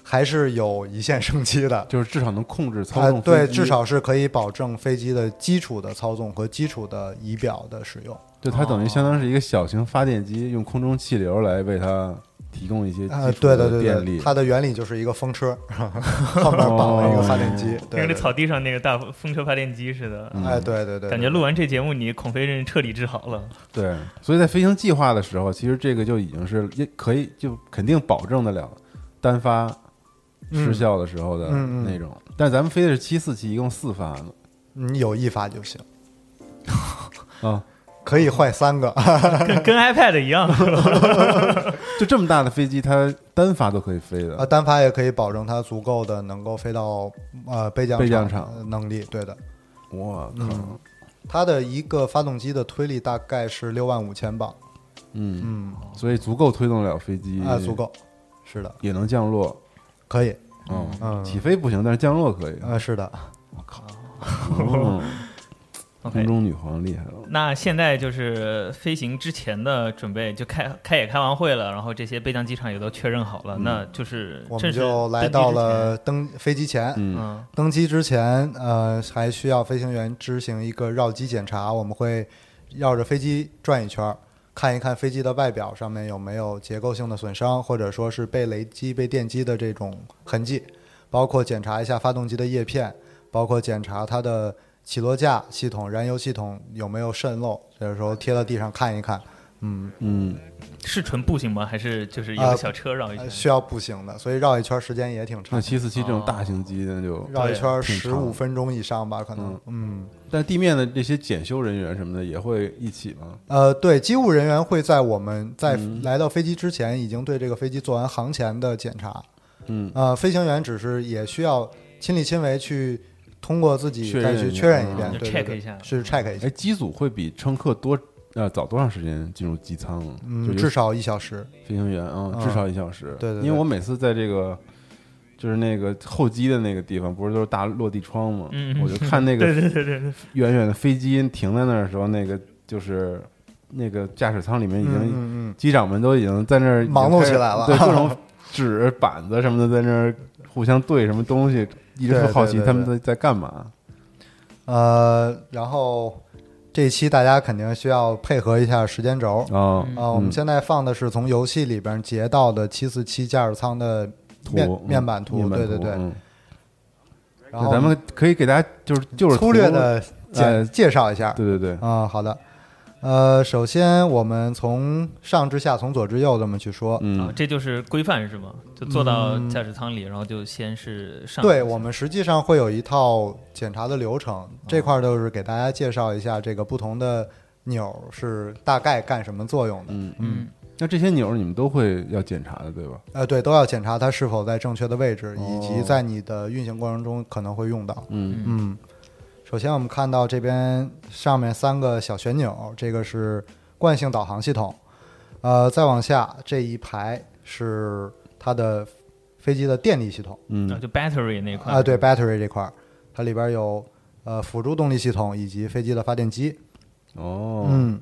Speaker 5: 还是有一线生机的。
Speaker 3: 就是至少能控制操
Speaker 5: 它
Speaker 3: 纵飞机、
Speaker 5: 呃啊对，至少是可以保证飞机的基础的操纵和基础的仪表的使用。
Speaker 3: 就它
Speaker 5: 哦
Speaker 3: 等于相当是一个小型发电机，用空中气流来为它提供一些基
Speaker 5: 呃，
Speaker 3: 础
Speaker 5: 对对
Speaker 3: 的
Speaker 5: 对
Speaker 3: 电
Speaker 5: 对，
Speaker 3: 力。哦
Speaker 5: 它的原理就是一个风车， 后面绑了一个发电机。对
Speaker 4: 跟那
Speaker 5: 对
Speaker 4: 个草地上那个大风车发电机似的。
Speaker 3: 嗯
Speaker 5: 对哎，对对对，
Speaker 4: 感觉录完这节目，你孔飞认彻底治好 了。
Speaker 3: 对，所以在飞行计划的时候，其实这个就已经是也可以就肯定保证得了单发失效的时候的
Speaker 5: 嗯嗯嗯
Speaker 3: 那种。但咱们飞的是七四七，一共四发呢
Speaker 5: 你有一发就行，
Speaker 3: 啊，
Speaker 5: 可以坏三个。
Speaker 4: 跟跟 iPad 一 样，是吧
Speaker 3: 就这么大的飞机，它单发都可以飞
Speaker 5: 呃，
Speaker 3: 的。
Speaker 5: 单发也可以保证它足够的能够飞到呃备降
Speaker 3: 备降
Speaker 5: 场
Speaker 3: 场
Speaker 5: 呃能力。对的，
Speaker 3: 我
Speaker 5: 嗯
Speaker 3: 靠，
Speaker 5: 它的一个发动机的推力大概是六万五千磅，
Speaker 3: 嗯，
Speaker 5: 嗯，
Speaker 3: 所以足够推动得了飞机
Speaker 5: 啊，足够，是的，
Speaker 3: 也能降落。
Speaker 5: 可以，
Speaker 3: 嗯，
Speaker 5: 嗯，
Speaker 3: 起飞不行，但是降落可以。
Speaker 5: 呃，是的，
Speaker 3: 嗯
Speaker 4: OK
Speaker 3: 空中女皇厉害了。
Speaker 4: 那现在就是飞行之前的准备，就开开也开完会了，然后这些备降机场也都确认好了，那就是
Speaker 5: 嗯我
Speaker 4: 正
Speaker 5: 们
Speaker 4: 式
Speaker 5: 就来
Speaker 4: 登机
Speaker 5: 到
Speaker 4: 之前，
Speaker 5: 了登飞机前，
Speaker 3: 嗯，
Speaker 4: 嗯，
Speaker 5: 登机之前，呃，还需要飞行员执行一个绕机检查，我们会绕着飞机转一圈儿，看一看飞机的外表上面有没有结构性的损伤，或者说是被雷击、被电击的这种痕迹，包括检查一下发动机的叶片，包括检查它的起落架系统、燃油系统有没有渗漏，这时候贴到地上看一看，嗯，
Speaker 3: 嗯，
Speaker 4: 是纯步行吗？还是就是有个小车绕一圈？
Speaker 5: 呃需要步行的，所以绕一圈儿时间也挺
Speaker 3: 那
Speaker 5: 长，
Speaker 3: 七四七这
Speaker 5: 啊
Speaker 3: 种大型机那就，
Speaker 5: 绕一圈儿
Speaker 3: 挺
Speaker 5: 十
Speaker 3: 长
Speaker 5: 五分钟以上吧，可能
Speaker 3: 嗯，
Speaker 5: 嗯
Speaker 3: 但地面的这些检修人员什么的也会一起吗？
Speaker 5: 呃，对，机务人员会在我们在
Speaker 3: 嗯
Speaker 5: 来到飞机之前，已经对这个飞机做完航前的检查。
Speaker 3: 嗯，
Speaker 5: 呃，飞行员只是也需要亲力亲为去通过自己
Speaker 3: 确
Speaker 5: 再
Speaker 3: 认
Speaker 5: 去
Speaker 3: 一下
Speaker 5: 确认一
Speaker 3: 嗯
Speaker 5: 遍，
Speaker 4: 就
Speaker 5: 对对
Speaker 4: check
Speaker 5: 对
Speaker 4: 一下
Speaker 5: 是 check 一下
Speaker 3: 哎，，机组会比乘客多呃早多长时间进入机舱啊？就
Speaker 5: 嗯，
Speaker 3: 有
Speaker 5: 至少一小时。
Speaker 3: 飞行员啊，
Speaker 5: 嗯
Speaker 3: 至少一小时。
Speaker 5: 对对对
Speaker 3: 因为我每次在这个就是那个候机的那个地方，不是都是大落地窗吗？
Speaker 4: 嗯
Speaker 3: 我就看 那个
Speaker 4: 对对对对对，
Speaker 3: 远远的飞机停在那儿的时候，那个就是那个驾驶舱里面已
Speaker 5: 嗯
Speaker 3: 经
Speaker 5: 嗯
Speaker 3: 机长们都已经在那儿已经
Speaker 5: 忙碌
Speaker 3: 开始
Speaker 5: 起来了
Speaker 3: 对各种纸板子什么的在那儿互相对什么东西，一直
Speaker 5: 对
Speaker 3: 特好奇
Speaker 5: 对对
Speaker 3: 他们在在干嘛。
Speaker 5: 嗯，呃，然后这一期大家肯定需要配合一下时间轴。
Speaker 3: 啊
Speaker 4: 嗯
Speaker 5: 啊，我们现在放的是从游戏里边截到的七四七驾驶舱的面
Speaker 3: 图
Speaker 5: 面板图，
Speaker 3: 面
Speaker 5: 对对对。
Speaker 3: 嗯
Speaker 5: 然后嗯
Speaker 3: 咱们可以给大家就是就是
Speaker 5: 粗略
Speaker 3: 图
Speaker 5: 的
Speaker 3: 呃
Speaker 5: 介介绍一下。
Speaker 3: 对对对，
Speaker 5: 啊、好的。呃，首先我们从上至下，从左至右这么去说。
Speaker 4: 啊
Speaker 3: 嗯，
Speaker 4: 这就是规范是吗？就坐到驾驶舱里，然后就先是上
Speaker 5: 嗯对我们实际上会有一套检查的流程，
Speaker 3: 嗯
Speaker 5: 这块儿就是给大家介绍一下这个不同的钮是大概干什么作用的。
Speaker 3: 嗯
Speaker 4: 嗯
Speaker 3: 那这些钮儿你们都会要检查的，对吧？
Speaker 5: 呃，对，都要检查它是否在正确的位置，以及
Speaker 3: 哦
Speaker 5: 在你的运行过程中可能会用到。
Speaker 3: 嗯
Speaker 4: 嗯
Speaker 5: 嗯，首先我们看到这边上面三个小旋钮，这个是惯性导航系统。呃，再往下这一排是它的飞机的电力系统
Speaker 4: 啊
Speaker 3: 嗯
Speaker 4: 就 battery 那块
Speaker 5: 啊、对，battery 这块儿，它里边有呃辅助动力系统以及飞机的发电机。
Speaker 3: 哦，
Speaker 5: 嗯，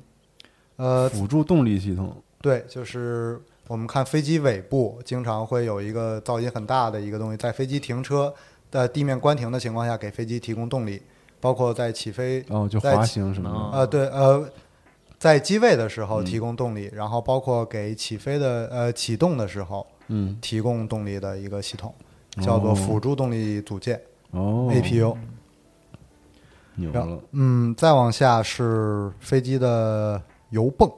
Speaker 5: 呃，
Speaker 3: 辅助动力系统，
Speaker 5: 对，就是我们看飞机尾部经常会有一个噪音很大的一个东西，在飞机停车的地面关停的情况下，给飞机提供动力，包括在起飞
Speaker 3: 哦，就
Speaker 5: 在
Speaker 3: 滑
Speaker 5: 起
Speaker 3: 行什么
Speaker 4: 哦
Speaker 3: 的，
Speaker 5: 呃，对，呃，在机位的时候
Speaker 3: 嗯
Speaker 5: 提供动力，然后包括给起飞的呃启动的时候
Speaker 3: 嗯，
Speaker 5: 提供动力的一个系统，叫做辅助动力组件、
Speaker 3: 哦
Speaker 5: APU。
Speaker 3: 牛
Speaker 5: 然
Speaker 3: 了
Speaker 5: 后，嗯，再往下是飞机的油泵，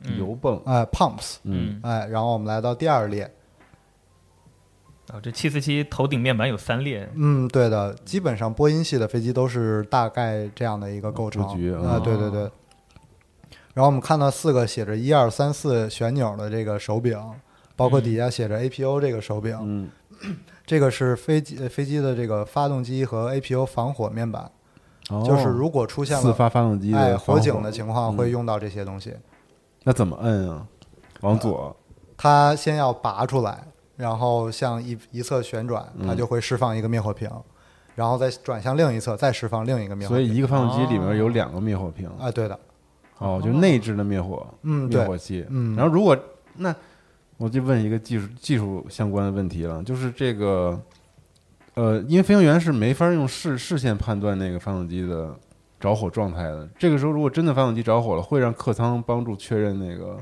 Speaker 4: 嗯
Speaker 3: 油泵，
Speaker 5: 哎、p u m p s
Speaker 4: 嗯，
Speaker 5: 哎，然后我们来到第二列，
Speaker 4: 啊，这七四七头顶面板有三列，
Speaker 5: 嗯，对的，基本上波音系的飞机都是大概这样的一个构成
Speaker 3: 布局啊
Speaker 5: 啊、对对对。然后我们看到四个写着一二三四旋钮的这个手柄，包括底下写着 APU 这个手柄，
Speaker 3: 嗯
Speaker 5: 这个是飞机呃飞机的这个发动机和 APU 防火面板，
Speaker 3: 哦
Speaker 5: 就是如果出现
Speaker 3: 四
Speaker 5: 了
Speaker 3: 发发动机的
Speaker 5: 哎
Speaker 3: 防火嗯
Speaker 5: 火警的情况，会用到这些东西。
Speaker 3: 那怎么摁啊？往左，
Speaker 5: 它先要拔出来，然后向一一侧旋转，
Speaker 3: 嗯
Speaker 5: 它就会释放一个灭火瓶，然后再转向另一侧，再释放另一个灭火
Speaker 3: 所
Speaker 5: 瓶。
Speaker 3: 以一个发动机里面有两个灭火瓶，
Speaker 5: 啊，对的，
Speaker 3: 哦，就内置的灭火，
Speaker 5: 嗯
Speaker 3: 灭
Speaker 5: 对
Speaker 3: 火器，
Speaker 5: 嗯
Speaker 3: 然后如果那我就问一个技术技术相关的问题了，就是这个，呃，因为飞行员是没法用视视线判断那个发动机的着火状态的，这个时候如果真的发动机着火了，会让客舱帮助确认那个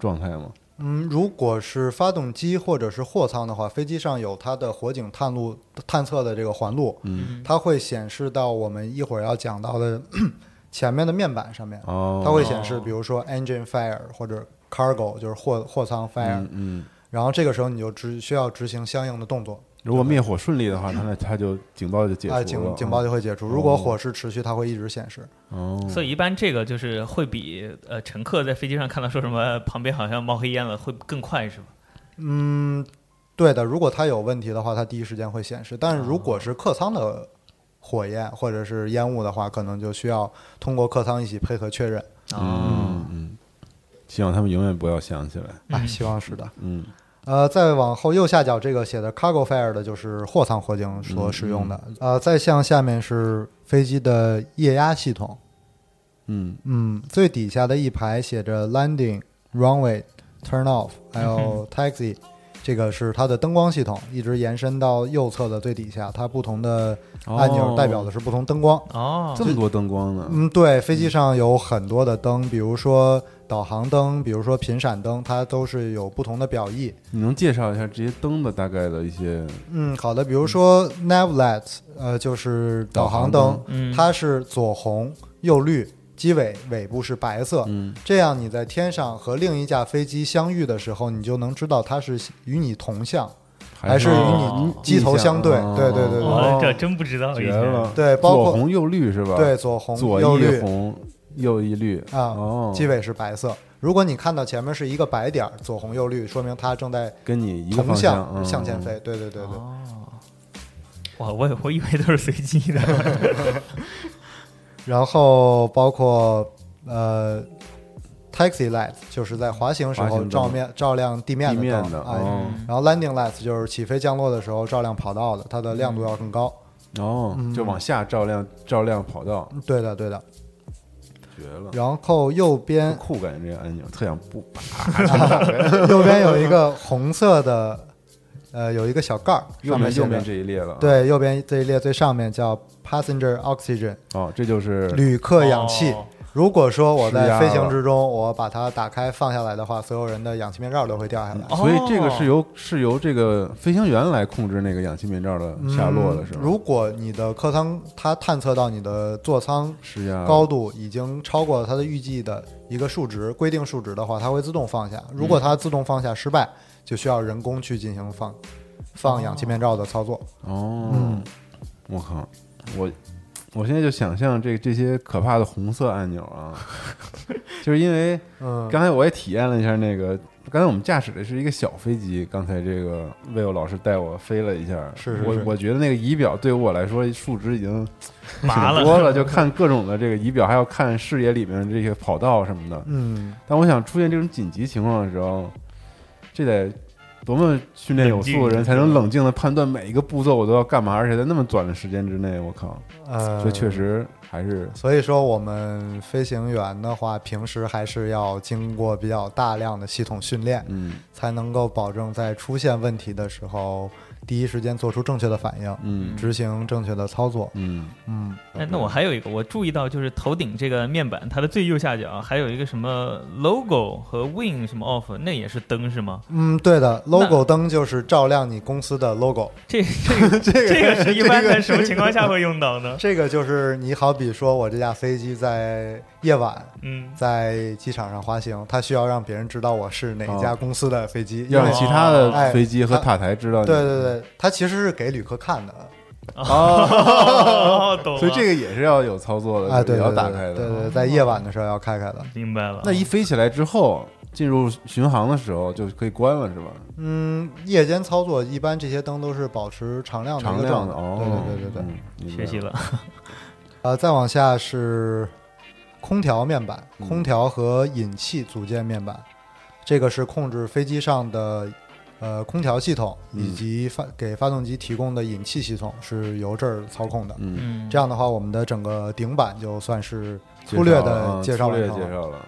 Speaker 3: 状态吗？
Speaker 5: 嗯，如果是发动机或者是货舱的话，飞机上有它的火警探路探测的这个环路，
Speaker 3: 嗯，
Speaker 5: 它会显示到我们一会儿要讲到的 前面的面板上面，
Speaker 3: 哦，
Speaker 5: 它会显示，比如说 engine fire 或者 cargo 就是货货舱 fire，、
Speaker 3: 嗯嗯，
Speaker 5: 然后这个时候你就只需要执行相应的动作，
Speaker 3: 如果灭火顺利的 话，那那它就警报就解除
Speaker 5: 啊、
Speaker 3: 了，嗯
Speaker 5: 警警报就会解除。如果火势持续，它会一直显示。
Speaker 3: 哦，
Speaker 4: 所以一般这个就是会比呃乘客在飞机上看到说什么旁边好像冒黑烟了会更快是吧？
Speaker 5: 嗯，对的，如果它有问题的话，它第一时间会显示。但是如
Speaker 3: 哦
Speaker 5: 果是客舱的火焰或者是烟雾的话，可能就需要通过客舱一起配合确认。
Speaker 4: 啊，
Speaker 3: 嗯嗯，希望他们永远不要想起来，
Speaker 5: 啊，希望是的。
Speaker 3: 嗯
Speaker 5: 呃，再往后右下角这个写的 cargo fire 的就是货舱火
Speaker 3: 嗯
Speaker 5: 警所使用的。呃，再向下面是飞机的液压系统。
Speaker 3: 嗯
Speaker 5: 嗯，最底下的一排写着 landing、runway、turn off，还有 taxi，这个是它的灯光系统，一直延伸到右侧的最底下，它不同的
Speaker 3: 哦
Speaker 5: 按钮代表的是不同灯光。
Speaker 4: 哦，
Speaker 3: 这么多灯光呢，
Speaker 5: 啊嗯，对，飞机上有很多的灯，比如说导航灯，比如说频闪灯，它都是有不同的表意。
Speaker 3: 你能介绍一下这些灯的大概的一些？
Speaker 5: 嗯，好的，比如说 nav light，呃，就是导航
Speaker 3: 导航
Speaker 5: 灯
Speaker 3: 灯，
Speaker 4: 嗯
Speaker 5: 它是左红右绿，机尾尾部是白色，
Speaker 3: 嗯
Speaker 5: 这样你在天上和另一架飞机相遇的时候，你就能知道它是与你同向，还是与你
Speaker 4: 哦
Speaker 5: 机头相对。对对对对、
Speaker 4: 哇，哦这真不知道，以
Speaker 3: 绝
Speaker 4: 前
Speaker 3: 了，
Speaker 5: 对包括
Speaker 3: 左红右绿是吧？
Speaker 5: 对，，左红
Speaker 3: 左
Speaker 5: 右
Speaker 3: 一
Speaker 5: 绿
Speaker 3: 红，右一绿
Speaker 5: 啊、
Speaker 3: 哦，
Speaker 5: 机尾是白色。如果你看到前面是一个白点儿，左红右绿，说明它正在
Speaker 3: 跟你一个
Speaker 5: 同
Speaker 3: 方
Speaker 5: 向
Speaker 3: 嗯
Speaker 5: 向前飞。对对对对。
Speaker 4: 哇，我也我以 为都是随 机的，
Speaker 5: 然后包括呃，taxi light 就是在滑行时
Speaker 3: 滑行
Speaker 5: 候
Speaker 3: 灯
Speaker 5: 照面照亮地面
Speaker 3: 地面
Speaker 5: 灯
Speaker 3: 的
Speaker 5: 哎
Speaker 3: 哦
Speaker 5: 然后 landing light 就是起飞降落的时候照亮跑道的，它的亮度要更高。
Speaker 3: 哦，
Speaker 5: 嗯
Speaker 3: 就往下照亮照亮跑道，
Speaker 5: 对的对的。
Speaker 3: 绝了。
Speaker 5: 然后 右边
Speaker 3: 酷感觉这个按钮，特想不拔。
Speaker 5: 右边有一个红色的，呃，有一个小盖儿，
Speaker 3: 右
Speaker 5: 上
Speaker 3: 面
Speaker 5: 面
Speaker 3: 右
Speaker 5: 写
Speaker 3: 面
Speaker 5: 着
Speaker 3: 这一列了，，
Speaker 5: 对，右边这一列最上面叫 passenger oxygen，
Speaker 3: 哦，这就是
Speaker 5: 旅客氧气
Speaker 4: 哦。
Speaker 5: 如果说我
Speaker 3: 施压
Speaker 5: 在飞行
Speaker 3: 了
Speaker 5: 之中，我把它打开放下来的话，所有人的氧气面罩都会掉下来。
Speaker 4: 哦
Speaker 3: 所以这个是由是由这个飞行员来控制那个氧气面罩的下落的，是
Speaker 5: 嗯
Speaker 3: 吗？
Speaker 5: 如果你的客舱它探测到你的座舱
Speaker 3: 是呀，
Speaker 5: 高度已经超过了它的预计的一个数值规定数值的话，它会自动放下。
Speaker 3: 嗯
Speaker 5: 如果它自动放下失败，就需要人工去进行放放氧气面罩的操作。
Speaker 3: 哦，
Speaker 5: 嗯
Speaker 3: 我靠，我我现在就想象这这些可怕的红色按钮 啊，就是因为
Speaker 5: 嗯，
Speaker 3: 刚才我也体验了一下那个，刚才我们驾驶的是一个小飞机，刚才这个 Will 老师带我飞了一下，
Speaker 5: 是是
Speaker 3: 我
Speaker 5: 是
Speaker 3: 我觉得那个仪表对于我来说数值已经
Speaker 4: 麻
Speaker 3: 挺
Speaker 4: 了，
Speaker 3: 多了，就看各种的这个仪表，还要看视野里面这些跑道什么的。
Speaker 5: 嗯，
Speaker 3: 但我想出现这种紧急情况的时候，这得多么训练有素的人才能冷静的判断每一个步骤我都要干嘛，而且在那么短的时间之内，我靠，
Speaker 5: 呃，
Speaker 3: 这确实还是
Speaker 5: 所以说，我们飞行员的话，平时还是要经过比较大量的系统训练，
Speaker 3: 嗯
Speaker 5: 才能够保证在出现问题的时候，第一时间做出正确的反应，
Speaker 3: 嗯
Speaker 5: 执行正确的操作。
Speaker 3: 嗯
Speaker 5: 嗯，
Speaker 4: 哎，那我还有一个，我注意到就是头顶这个面板，它的最右下角还有一个什么 logo 和 win 什么 off，那也是灯是吗？
Speaker 5: 嗯，对的，logo 灯就是照亮你公司的 logo。
Speaker 4: 这 这个这个是一般在什么情况下会用到呢？
Speaker 5: 这个就是你好比说，我这架飞机在夜晚
Speaker 4: 嗯，
Speaker 5: 在机场上滑行，它需要让别人知道我是哪一
Speaker 4: 哦
Speaker 5: 家公司的飞机，因
Speaker 3: 要
Speaker 5: 为
Speaker 3: 让其他的
Speaker 5: 哎
Speaker 3: 飞机和
Speaker 5: 它
Speaker 3: 塔台知道你。
Speaker 5: 哎对对对，它其实是给旅客看的，
Speaker 4: 哦，懂了，
Speaker 3: 所以这个也是要有操作的，
Speaker 5: 啊，对，
Speaker 3: 也
Speaker 5: 对
Speaker 3: 要
Speaker 5: 对
Speaker 3: 打开的。嗯
Speaker 5: 对对，对在夜晚的时候要开开的。
Speaker 4: 明白了。
Speaker 3: 那一飞起来之后，进入巡航的时候就可以关了，是吧？
Speaker 5: 嗯，夜间操作一般这些灯都是保持常亮的一
Speaker 3: 常
Speaker 5: 啊个
Speaker 3: 亮
Speaker 5: 状
Speaker 3: 的
Speaker 5: 态。
Speaker 3: 哦，
Speaker 5: 对对对对对。
Speaker 3: 嗯，明白
Speaker 4: 学习了，
Speaker 5: 呃，再往下是空调面板，
Speaker 3: 嗯
Speaker 5: 空调和引气组件面板，这个是控制飞机上的呃空调系统
Speaker 3: 嗯
Speaker 5: 以及发给发动机提供的引气系统是由这儿操控的。
Speaker 3: 嗯，
Speaker 4: 嗯，
Speaker 5: 这样的话，我们的整个顶板就算是粗略的
Speaker 3: 介
Speaker 5: 介绍
Speaker 3: 啊粗略
Speaker 5: 完
Speaker 3: 介
Speaker 5: 成了。
Speaker 3: 绍了。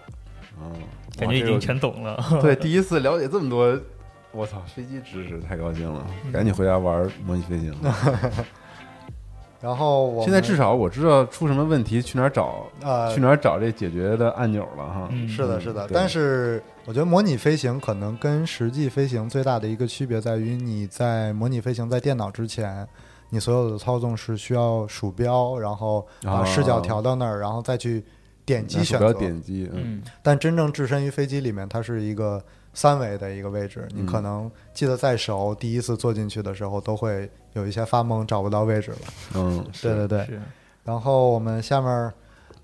Speaker 3: 嗯，
Speaker 4: 感
Speaker 3: 哇
Speaker 4: 觉已
Speaker 3: 这
Speaker 4: 经
Speaker 3: 个
Speaker 4: 全懂了。
Speaker 3: 对，第一次了解这么多，我操，飞机知识太高兴了，
Speaker 5: 嗯
Speaker 3: 赶紧回家玩模拟飞行。
Speaker 5: 然后我
Speaker 3: 现在
Speaker 5: 们
Speaker 3: 至少我知道出什么问题去哪儿找，
Speaker 5: 呃
Speaker 3: 去哪儿找这解决的按钮了哈。
Speaker 4: 嗯
Speaker 5: 是的，是的
Speaker 3: 嗯，对
Speaker 5: 但是我觉得模拟飞行可能跟实际飞行最大的一个区别在于，你在模拟飞行在电脑之前，你所有的操纵是需要鼠标，然后把
Speaker 3: 啊
Speaker 5: 视角调到那儿，然后再去点击
Speaker 3: 拿鼠
Speaker 5: 选
Speaker 3: 标
Speaker 5: 择。
Speaker 3: 点击，嗯，
Speaker 4: 嗯，
Speaker 5: 但真正置身于飞机里面，它是一个三维的一个位
Speaker 3: 嗯
Speaker 5: 置，你可能记得再熟，第一次坐进去的时候都会有一些发懵，找不到位置了。
Speaker 3: 嗯，
Speaker 5: 对对对。
Speaker 4: 是，
Speaker 5: 然后我们下面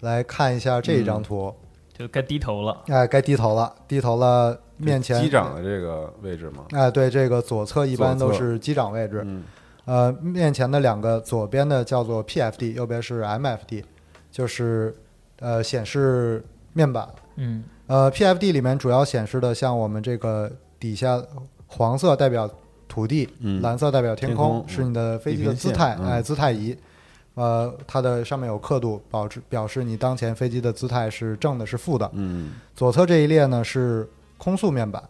Speaker 5: 来看一下这一
Speaker 3: 嗯
Speaker 5: 张图，
Speaker 4: 就该低头了。
Speaker 5: 哎，该低头了，低头了，面前
Speaker 3: 机长的这个位置嘛，
Speaker 5: 哎，对，这个左侧一般
Speaker 3: 左
Speaker 5: 都
Speaker 3: 侧
Speaker 5: 是机长位置，
Speaker 3: 嗯
Speaker 5: 呃，面前的两个左边的叫做 PFD，右边是 MFD，就是呃显示面板。
Speaker 4: 嗯，
Speaker 5: 呃，PFD 里面主要显示的像我们这个底下黄色代表土地，
Speaker 3: 嗯
Speaker 5: 蓝色代表天空，
Speaker 3: 天空
Speaker 5: 是你的飞机的
Speaker 3: 地平
Speaker 5: 姿
Speaker 3: 线
Speaker 5: 态，
Speaker 3: 嗯
Speaker 5: 哎，姿态仪。呃，它的上面有刻度，保持表示你当前飞机的姿态是正的，是负的。
Speaker 3: 嗯，
Speaker 5: 左侧这一列呢是空速面板，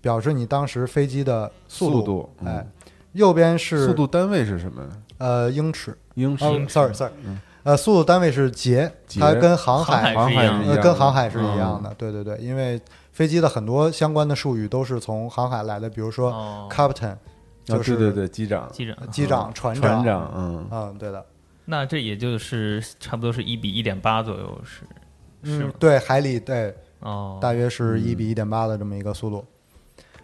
Speaker 5: 表示你当时飞机的速
Speaker 3: 速度嗯
Speaker 5: 哎，右边是
Speaker 3: 速度单位是什么？
Speaker 5: 呃英尺，
Speaker 3: 英
Speaker 5: 哦
Speaker 3: 尺、嗯
Speaker 5: ，sorry sorry，呃速度单位是节，
Speaker 3: 节
Speaker 5: 它跟航
Speaker 4: 航
Speaker 5: 海
Speaker 4: 海
Speaker 3: 航
Speaker 4: 是一
Speaker 3: 海
Speaker 4: 样
Speaker 3: 是
Speaker 4: 嗯的
Speaker 3: 一
Speaker 5: 呃
Speaker 3: 样
Speaker 5: 跟
Speaker 3: 的
Speaker 5: 航海是一样的，对对对，因为飞机的很多相关的术语都是从航海来的，比如说
Speaker 4: 哦，
Speaker 5: captain
Speaker 3: 啊，
Speaker 5: 就
Speaker 3: 对
Speaker 5: 是
Speaker 3: 对对，机长，
Speaker 4: 机长，
Speaker 5: 机长、船
Speaker 3: 船
Speaker 5: 长，
Speaker 3: 长，嗯，
Speaker 5: 嗯，对的，
Speaker 4: 那这也就是差不多是一比一点八左右，是是
Speaker 5: 嗯
Speaker 4: 吗，
Speaker 5: 对，海里对，
Speaker 4: 哦，嗯
Speaker 5: 大约是一比一点八的这么一个速度。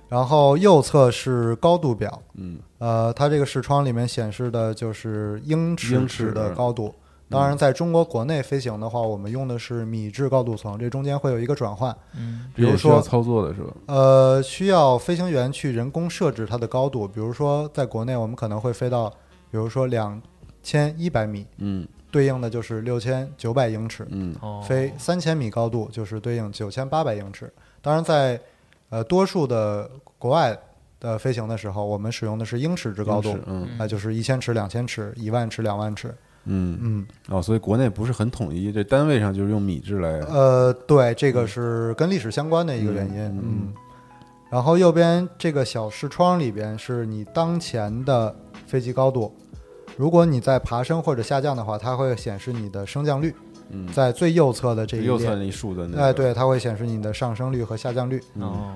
Speaker 5: 然后右侧是高度表，
Speaker 3: 嗯，
Speaker 5: 呃，它这个视窗里面显示的就是英尺
Speaker 3: 英尺嗯
Speaker 5: 的高度。当然，在中国国内飞行的话，我们用的是米制高度层，这中间会有一个转换。
Speaker 4: 嗯
Speaker 5: 比如
Speaker 3: 这也是要
Speaker 5: 说
Speaker 3: 操作的是吧？
Speaker 5: 呃，需要飞行员去人工设置它的高度，比如说在国内我们可能会飞到，比如说两千一百米，
Speaker 3: 嗯
Speaker 5: 对应的就是六千九百英尺。
Speaker 3: 嗯
Speaker 4: 哦，
Speaker 5: 飞三千米高度就是对应九千八百英尺。当然在，呃多数的国外的飞行的时候，我们使用的是英尺制高度
Speaker 3: 英尺，嗯
Speaker 5: 啊、
Speaker 4: 哦
Speaker 5: 就是一千尺、两千尺、一万尺、两万尺。
Speaker 3: 嗯
Speaker 5: 嗯，
Speaker 3: 哦，所以国内不是很统一，这单位上就是用米制来，
Speaker 5: 呃，对，这个是跟历史相关的一个原因。
Speaker 3: 嗯
Speaker 5: 嗯，
Speaker 3: 嗯
Speaker 5: 然后右边这个小视窗里边是你当前的飞机高度。如果你在爬升或者下降的话，它会显示你的升降率，
Speaker 3: 嗯，
Speaker 5: 在最右侧的这一列，
Speaker 3: 右侧那一竖的那，嗯
Speaker 5: 哎，，对，它会显示你的上升率和下降率。
Speaker 4: 哦，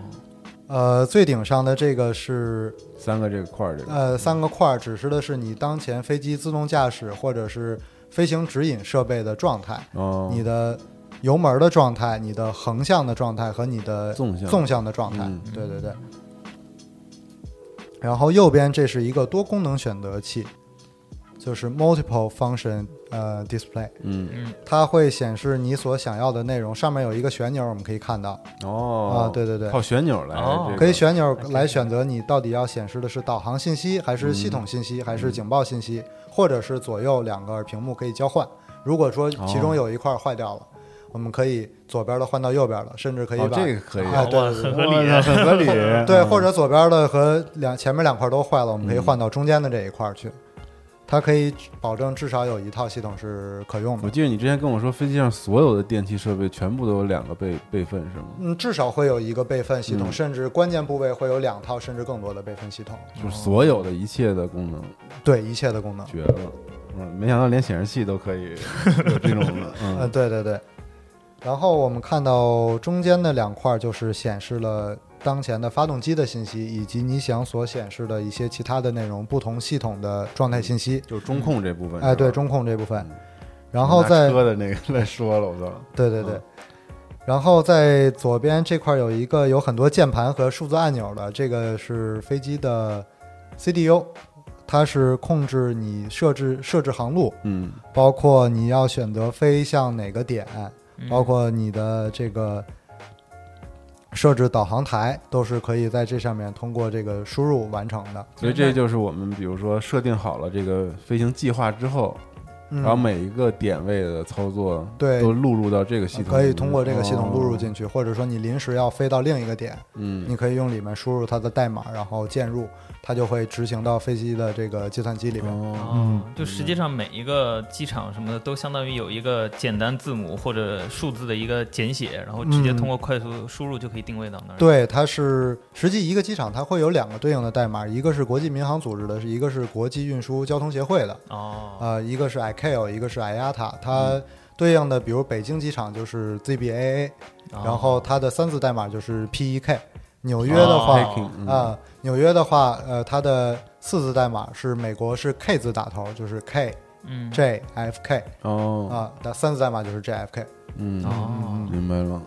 Speaker 5: 呃，最顶上的这个是
Speaker 3: 三个这个块儿，这个，
Speaker 5: 呃三个块儿，指示的是你当前飞机自动驾驶或者是飞行指引设备的状态，
Speaker 3: 哦，
Speaker 5: 你的油门的状态、你的横向的状态和你的
Speaker 3: 纵向
Speaker 5: 的状态。
Speaker 3: 嗯
Speaker 5: 对对对。然后右边这是一个多功能选择器，就是 multiple function 呃 display，
Speaker 3: 嗯，
Speaker 4: 嗯，
Speaker 5: 它会显示你所想要的内容。上面有一个旋钮，我们可以看到，
Speaker 3: 哦，
Speaker 5: 啊对对对
Speaker 3: 靠旋钮来
Speaker 4: 哦，
Speaker 3: 这个
Speaker 5: 可以，旋钮来选择你到底要显示的是导航信息，还是
Speaker 3: 嗯
Speaker 5: 系统信息，还是警报信息，或者是左右两个屏幕可以交换。如果说其
Speaker 3: 哦
Speaker 5: 中有一块坏掉了，我们可以左边的换到右边了，甚至可以
Speaker 3: 哦，
Speaker 5: 把、
Speaker 3: 这个可以，
Speaker 5: 哎对
Speaker 4: 哇很
Speaker 5: 对 对
Speaker 4: 合理啊
Speaker 3: 哇很合理，嗯嗯
Speaker 5: 对，或者左边的和两前面两块都坏了，我们可以换到中间的这一块去。它可以保证至少有一套系统是可用
Speaker 3: 我
Speaker 5: 的。
Speaker 3: 记得你之前跟我说，飞机上所有的电器设备全部都有两个备备份，是吗？
Speaker 5: 嗯，至少会有一个备份系统，
Speaker 3: 嗯
Speaker 5: 甚至关键部位会有两套甚至更多的备份系统。
Speaker 3: 就是所有的一切的功能，
Speaker 5: 对一切的功能。
Speaker 3: 绝了！嗯，没想到连显示器都可以有这种的。
Speaker 5: 呃，
Speaker 3: 嗯，
Speaker 5: 对对对。然后我们看到中间的两块儿就是显示了当前的发动机的信息，以及你想所显示的一些其他的内容，不同系统的状态信息。
Speaker 3: 就是中控这部分。
Speaker 5: 哎，对
Speaker 3: 中，
Speaker 5: 中控这部分
Speaker 3: 嗯。
Speaker 5: 然后在
Speaker 3: 拿车的那个来说了，我操！
Speaker 5: 对对对
Speaker 3: 嗯，
Speaker 5: 然后在左边这块儿有一个有很多键盘和数字按钮的，这个是飞机的 CDU，它是控制你设置设置航路，
Speaker 3: 嗯，
Speaker 5: 包括你要选择飞向哪个点，
Speaker 4: 嗯
Speaker 5: 包括你的这个设置导航台，都是可以在这上面通过这个输入完成的。
Speaker 3: 所以这就是我们比如说设定好了这个飞行计划之后，
Speaker 5: 嗯
Speaker 3: 然后每一个点位的操作
Speaker 5: 对呃
Speaker 3: 都录入到这个系统，哦
Speaker 5: 可以通过这个系统录入。进去，或者说你临时要飞到另一个点，
Speaker 3: 嗯
Speaker 5: 你可以用里面输入它的代码，然后键入，它就会执行到飞机的这个计算机里面。
Speaker 3: 哦，
Speaker 4: 哦，
Speaker 5: 嗯
Speaker 4: 就实际上每一个机场什么的都相当于有一个简单字母或者数字的一个简写，然后直接
Speaker 5: 嗯
Speaker 4: 通过快速输入就可以定位到那儿。，
Speaker 5: 对，它是实际一个机场，它会有两个对应的代码，一个是国际民航组织的，是一个是国际运输交通协会的。
Speaker 4: 哦，
Speaker 5: 呃，一个是 ICAO，一个是 IATA，它对应的比如北京机场就是 ZBAA，、然
Speaker 4: 啊哦
Speaker 5: 后它的三字代码就是 PEK。纽约的话，啊、
Speaker 4: 哦
Speaker 5: 纽约的话，呃，它的四字代码是美国是 K 字打头，就是 K
Speaker 4: 嗯，
Speaker 5: J F K
Speaker 3: 哦，
Speaker 5: 啊、那三字代码就是 J F K，
Speaker 3: 嗯，
Speaker 4: 哦，
Speaker 3: 明白了，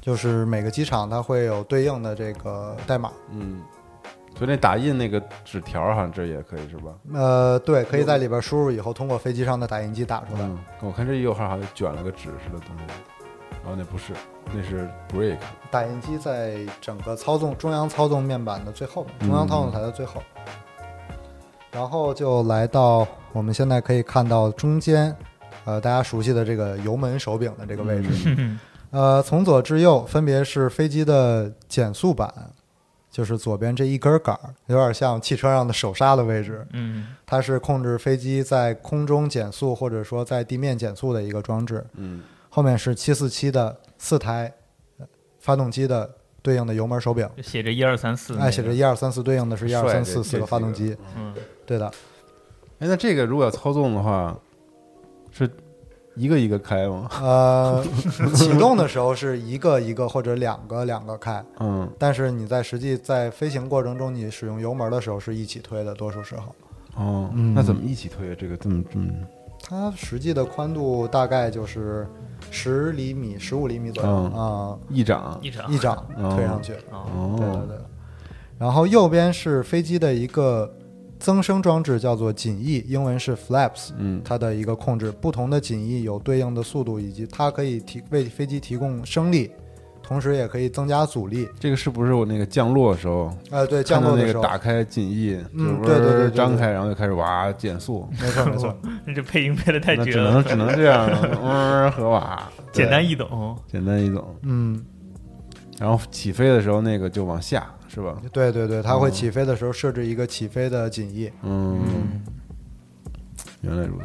Speaker 5: 就是每个机场它会有对应的这个代码。
Speaker 3: 嗯，所以那打印那个纸条好像这也可以是吧？
Speaker 5: 呃，对，可以在里边输入以后，通过飞机上的打印机打出来。
Speaker 3: 嗯，我看这右号好像卷了个纸似的东西，哦，那不是，那是 break。
Speaker 5: 打印机在整个操纵中央操纵面板的最后面，中央操纵台的最后。然后就来到我们现在可以看到中间，呃，大家熟悉的这个油门手柄的这个位置。 呃，从左至右分别是飞机的减速板，就是左边这一根杆儿，有点像汽车上的手刹的位置。
Speaker 4: 嗯，
Speaker 5: 它是控制飞机在空中减速或者说在地面减速的一个装置。
Speaker 3: 嗯，
Speaker 5: 后面是747的四台呃发动机的对应的油门手柄，
Speaker 4: 就写着一二三四，
Speaker 5: 哎，写着一二三四对应的是一二三
Speaker 3: 帅这
Speaker 5: 四四个发动机，
Speaker 4: 嗯，
Speaker 5: 对的，
Speaker 3: 哎，那这个如果要操纵的话，是一个一个开吗？
Speaker 5: 呃， 启动的时候是一个一个或者两个两个开，
Speaker 3: 嗯，
Speaker 5: 但是你在实际在飞行过程中，你使用油门的时候是一起推的，多数时候。
Speaker 3: 哦，
Speaker 5: 嗯
Speaker 3: 那怎么一起推啊？这个这么这么
Speaker 5: 它实际的宽度大概就是十厘米、十五厘米左右
Speaker 3: 嗯
Speaker 5: 啊、
Speaker 3: 一掌
Speaker 4: 一？张
Speaker 5: 一嗯掌
Speaker 3: 哦
Speaker 5: 推上去，
Speaker 4: 哦，
Speaker 5: 对对
Speaker 3: 哦，
Speaker 5: 对。然后右边是飞机的一个增声装置，叫做襟翼，英文是 flaps，
Speaker 3: 嗯
Speaker 5: 它的一个控制。不同的襟翼有对应的速度，以及它可以提为飞机提供升力，同时也可以增加阻力。
Speaker 3: 这个是不是我那个降落的时候？
Speaker 5: 呃，对，降落
Speaker 3: 看到
Speaker 5: 的
Speaker 3: 那
Speaker 5: 时
Speaker 3: 个
Speaker 5: 候，
Speaker 3: 打开襟翼，
Speaker 5: 嗯
Speaker 3: 就是
Speaker 5: 对对对对对
Speaker 3: 张开，然后就开始哇减速，
Speaker 5: 没错没
Speaker 3: 哦
Speaker 5: 错，
Speaker 4: 那这配音配的太
Speaker 3: 那
Speaker 4: 绝
Speaker 3: 只
Speaker 4: 了
Speaker 3: 能，只能这样了，嗡和哇，
Speaker 4: 简单易懂。
Speaker 3: 简单一种。
Speaker 5: 嗯，
Speaker 3: 然后起飞的时候那个就往下是吧？
Speaker 5: 对对对，它会起飞的时候设置一个起飞的襟翼，
Speaker 3: 嗯，
Speaker 4: 嗯，
Speaker 3: 原来如此。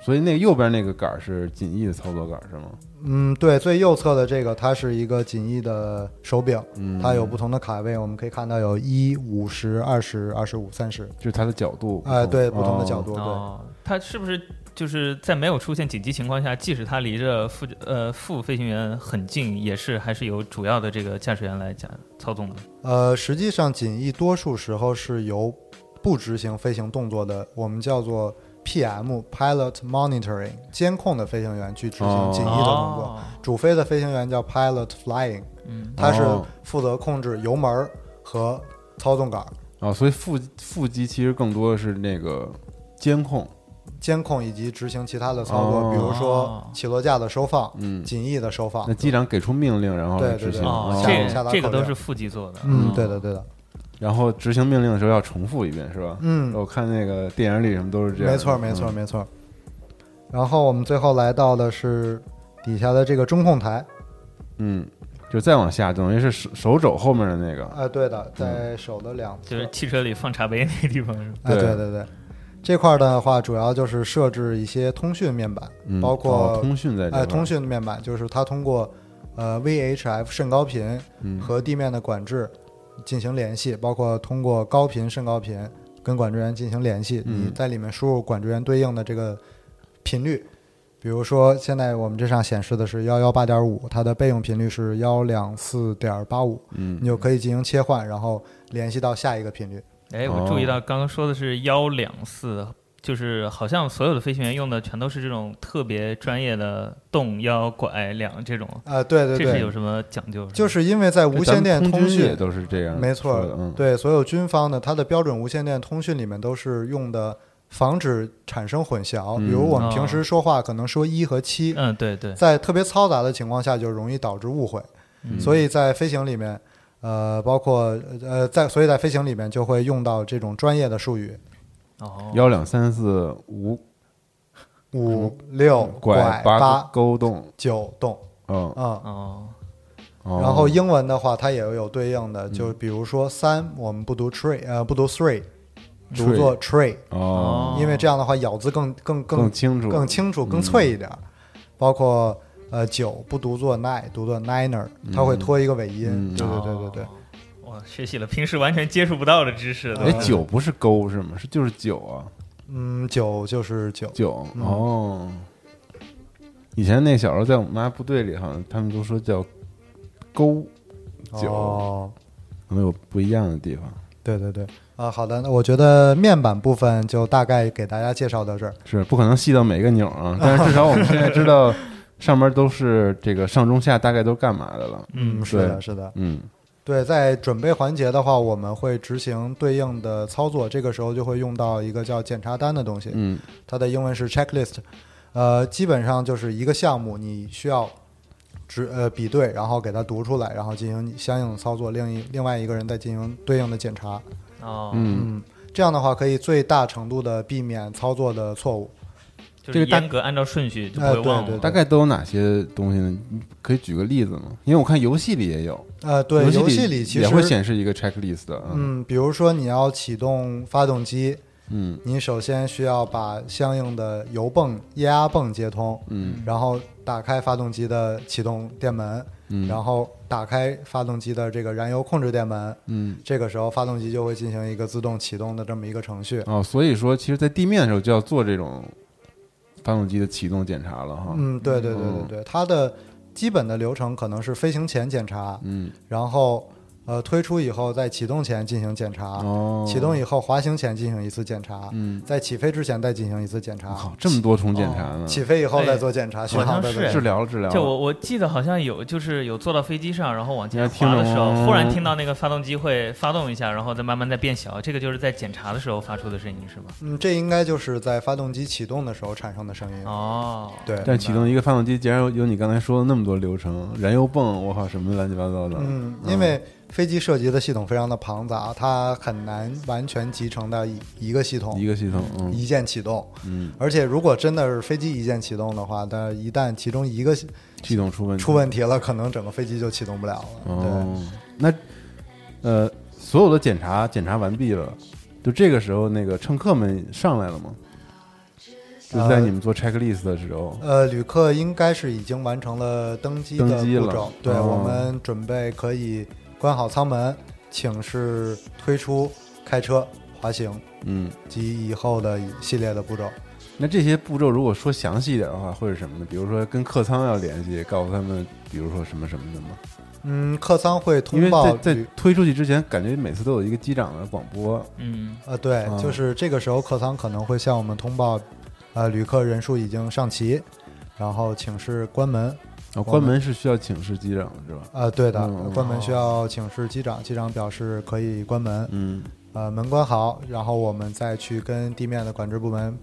Speaker 3: 所以那个右边那个杆儿是襟翼的操作杆儿是吗？
Speaker 5: 嗯，对，最右侧的这个它是一个襟翼的手柄，
Speaker 3: 嗯
Speaker 5: 它有不同的卡位，我们可以看到有一、五十、二十、二十五、三十，
Speaker 3: 就是它的角度。
Speaker 5: 哎，对，
Speaker 3: 哦
Speaker 5: 不同的角。度，
Speaker 4: 哦，它是不是就是在没有出现紧急情况下，即使它离着副呃副飞行员很近，也是还是由主要的这个驾驶员来讲操纵的？
Speaker 5: 对，呃，实际上襟翼多数时候是由不执行飞行动作的，我们叫做 PM (Pilot Monitoring) 监控的飞行员去执行襟翼的动作，
Speaker 4: 哦
Speaker 5: 主飞的飞行员叫 Pilot Flying，
Speaker 4: 嗯，
Speaker 5: 他是
Speaker 3: 哦
Speaker 5: 负责控制油门儿和操纵杆儿。
Speaker 3: 哦，所以副副机其实更多的是那个监控。
Speaker 5: 监控以及执行其他的操作，
Speaker 3: 哦
Speaker 5: 比如说起落架的收放、
Speaker 3: 嗯，
Speaker 5: 襟翼的收放
Speaker 3: 那。机长给出命令，然后
Speaker 5: 对
Speaker 3: 来
Speaker 5: 对
Speaker 3: 执
Speaker 5: 对
Speaker 3: 行。
Speaker 4: 哦，
Speaker 5: 嗯下
Speaker 4: 这
Speaker 5: 下达
Speaker 4: 个
Speaker 5: 口
Speaker 4: 这个都
Speaker 5: 令
Speaker 4: 是副机做的。
Speaker 5: 嗯
Speaker 4: 哦，
Speaker 5: 对的，。对的，
Speaker 3: 然后执行命令的时候要重复一遍是吧？
Speaker 5: 嗯
Speaker 3: 我看那个电影里什么哦都是这样的。
Speaker 5: 没错，没错，
Speaker 3: 嗯。
Speaker 5: 没错。然后我们最后来到的是底下的这个中控台，
Speaker 3: 嗯，就再往下，等于是手手肘后面的那个。
Speaker 5: 哎啊，对的，在手的两侧
Speaker 4: 就是，汽车里放茶杯那个地方是吧？
Speaker 5: 哎，
Speaker 3: 嗯对
Speaker 5: 对对对。这块儿的话，主要就是设置一些通讯面板，
Speaker 3: 嗯
Speaker 5: 包括、
Speaker 3: 哦通讯在这块
Speaker 5: 哎
Speaker 3: 儿，
Speaker 5: 通讯的面板，就是它通过呃 VHF 甚高频
Speaker 3: 嗯
Speaker 5: 和地面的管制进行联系，包括通过高频、甚高频跟管制源进行联系。
Speaker 3: 嗯
Speaker 5: 你在里面输入管制源对应的这个频率，比如说现在我们这上显示的是幺幺八点五，它的备用频率是幺两四点八五，
Speaker 3: 嗯
Speaker 5: 你就可以进行切换，然后联系到下一个频率。
Speaker 4: 哎，
Speaker 5: 哦
Speaker 4: 我注意到刚刚说的是幺两四，就是好像所有的飞行员用的全都是这种特别专业的动腰拐两这种，
Speaker 5: 啊、对对
Speaker 4: 这是有
Speaker 5: 对，
Speaker 4: 什么讲究？
Speaker 5: 就是因为在无线电
Speaker 3: 咱们
Speaker 5: 通
Speaker 3: 空军
Speaker 5: 讯
Speaker 3: 也都是这样说的，
Speaker 5: 没错，
Speaker 3: 嗯，
Speaker 5: 对所有军方的，它的标准无线电通讯里面都是用的防止产生混淆。
Speaker 3: 嗯
Speaker 5: 比如我们平时说话可能说一和七、
Speaker 4: 嗯，对对，
Speaker 5: 在特别嘈杂的情况下就容易导致误会，
Speaker 3: 嗯
Speaker 5: 所以在飞行里面，呃，包括呃，在所以在飞行里面就会用到这种专业的术语，
Speaker 4: 哦，
Speaker 3: 幺两三四五
Speaker 5: 五六拐
Speaker 3: 嗯八
Speaker 5: 八
Speaker 3: 勾动，
Speaker 5: 九动，
Speaker 3: 嗯，
Speaker 5: 嗯。
Speaker 4: 哦，
Speaker 3: 哦嗯
Speaker 5: 然后英文的话，它也有对应的，就比如说三，我们不读 tree，呃，不读 three，读
Speaker 3: Tree
Speaker 5: 作 tree，
Speaker 3: 哦，
Speaker 4: 哦
Speaker 5: 因为这样的话咬字更更更
Speaker 3: 更清楚嗯
Speaker 5: 更清楚、更脆一点儿。包括呃九不读作 nine，读作 niner，它
Speaker 3: 嗯
Speaker 5: 会拖一个尾音。对对对对
Speaker 3: 哦
Speaker 5: 对，
Speaker 4: 我学习了平时完全接触不到的知识，
Speaker 3: 哎
Speaker 4: 对吧？，
Speaker 3: 九不是勾是吗？是就是九啊，
Speaker 5: 嗯，九就是九。
Speaker 3: 九
Speaker 5: 嗯
Speaker 3: 哦。以前那小时候在我们妈部队里，好像他们都说叫勾九，
Speaker 5: 哦，
Speaker 3: 可能有不一样的地方。
Speaker 5: 对对对。啊，好的，那我觉得面板部分就大概给大家介绍到这儿。
Speaker 3: 是不可能细到每个钮儿啊，但是至少我们现在知 道上面都是这个上中下大概都是干嘛的了。
Speaker 4: 嗯，
Speaker 5: 是的，是的。
Speaker 3: 嗯，
Speaker 5: 对，在准备环节的话，我们会执行对应的操作，这个时候就会用到一个叫检查单的东西。
Speaker 3: 嗯，
Speaker 5: 它的英文是 checklist，呃，基本上就是一个项目，你需要只呃比对，然后给它读出来，然后进行相应的操作，另一另外一个人再进行对应的检查。
Speaker 4: 哦，
Speaker 5: 嗯，这样的话可以最大程度的避免操作的错误。
Speaker 4: 就
Speaker 3: 这
Speaker 4: 是
Speaker 3: 个大啊
Speaker 4: 严格按照顺序就不
Speaker 5: 哎
Speaker 4: 会
Speaker 5: 对
Speaker 4: 忘
Speaker 5: 对
Speaker 4: 了
Speaker 5: 对。
Speaker 3: 大概都有哪些东西呢？你可以举个例子吗？因为我看游戏里也有，
Speaker 5: 呃，对，游戏里
Speaker 3: 里
Speaker 5: 其
Speaker 3: 也会
Speaker 5: 实
Speaker 3: 显示一个 checklist 的。嗯
Speaker 5: 嗯，比如说你要启动发动机，
Speaker 3: 嗯
Speaker 5: 你首先需要把相应的油泵、液压泵接通，
Speaker 3: 嗯
Speaker 5: 然后打开发动机的启动电门，
Speaker 3: 嗯
Speaker 5: 然后打开发动机的这个燃油控制电门，
Speaker 3: 嗯。
Speaker 5: 这个时候发动机就会进行一个自动启动的这么一个程序。
Speaker 3: 哦，所以说，其实，在地面的时候就要做这种发动机的启动检查了哈。
Speaker 5: 嗯，对对对对
Speaker 3: 哦
Speaker 5: 对，它的基本的流程可能是飞行前检查，
Speaker 3: 嗯，
Speaker 5: 然后呃推出以后在启动前进行检查，
Speaker 3: 哦，
Speaker 5: 啊启动以后滑行前进行一次检查，
Speaker 3: 嗯，
Speaker 5: 在起飞之前再进行一次检查
Speaker 3: 靠，，这么多重检查呢？
Speaker 5: 起飞以后再做检查，巡
Speaker 4: 好
Speaker 5: 航
Speaker 4: 像
Speaker 5: 再做
Speaker 4: 是
Speaker 5: 检查。
Speaker 3: 治疗了治疗了，
Speaker 4: 就我我记得好像有，就是有坐到飞机上，然后往前
Speaker 3: 你还听
Speaker 4: 滑的时候，
Speaker 3: 着
Speaker 4: 忽然听到那个发动机会发动一下，然后再慢慢再变小，这个就是在检查的时候发出的声音是吗？
Speaker 5: 嗯，这应该就是在发动机启动的时候产生的声音。
Speaker 4: 哦，
Speaker 5: 对，
Speaker 3: 但启动一个发动机，竟然有有你刚才说的那么多流程，燃油泵，我靠，什么乱七八糟的。
Speaker 5: 嗯，因为飞机涉及的系统非常的庞杂，它很难完全集成到一一个系统，
Speaker 3: 一个系统，嗯
Speaker 5: 一键启动。
Speaker 3: 嗯，
Speaker 5: 而且如果真的是飞机一键启动的话，但一旦其中一个系
Speaker 3: 系统出问题，
Speaker 5: 出问题了，可能整个飞机就启动不了了。
Speaker 3: 哦，那呃，所有的检查检查完毕了，就这个时候，那个乘客们上来了吗？就是在你们做 checklist 的时候，
Speaker 5: 对，呃，旅客应该是已经完成了登机的
Speaker 3: 登机
Speaker 5: 步
Speaker 3: 了
Speaker 5: 骤，对、
Speaker 3: 哦
Speaker 5: 我们准备可以关好舱门，请示推出、开车、滑行
Speaker 3: 嗯，
Speaker 5: 及以后的一系列的步骤。
Speaker 3: 那这些步骤如果说详细一点的话，会是什么呢？比如说跟客舱要联系，告诉他们，比如说什么什么的吗？
Speaker 5: 嗯，客舱会
Speaker 3: 因
Speaker 5: 通
Speaker 3: 为
Speaker 5: 报
Speaker 3: 在在
Speaker 5: 旅
Speaker 3: 推出去之前，感觉每次都有一个机长的广播，
Speaker 4: 嗯，
Speaker 5: 呃，对，
Speaker 3: 啊
Speaker 5: 就是这个时候客舱可能会向我们通报，呃，旅客人数已经上齐，然后请示关门。
Speaker 3: 然后啊关门是需要请示机长的，是吧？
Speaker 5: 呃，对的，
Speaker 3: 嗯
Speaker 5: 关门需要请示机长，机长表示可以关门。
Speaker 3: 嗯，
Speaker 5: 呃，门关好，然后我们再去跟地面的管制部门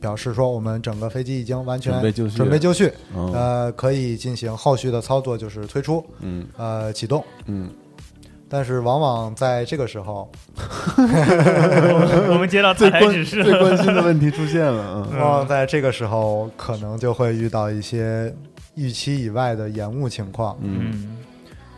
Speaker 5: 表示说，我们整个飞机已经完全
Speaker 3: 准备就绪
Speaker 5: 就绪
Speaker 3: 哦
Speaker 5: 呃，可以进行后续的操作，就是推出，
Speaker 3: 嗯
Speaker 5: 呃，启动。
Speaker 3: 嗯，
Speaker 5: 但是往往在这个时候，
Speaker 4: 我们接到塔台指示
Speaker 3: 最关心的问题出现了， 嗯，
Speaker 5: 往往在这个时候，可能就会遇到一些预期以外的延误情况。
Speaker 4: 嗯，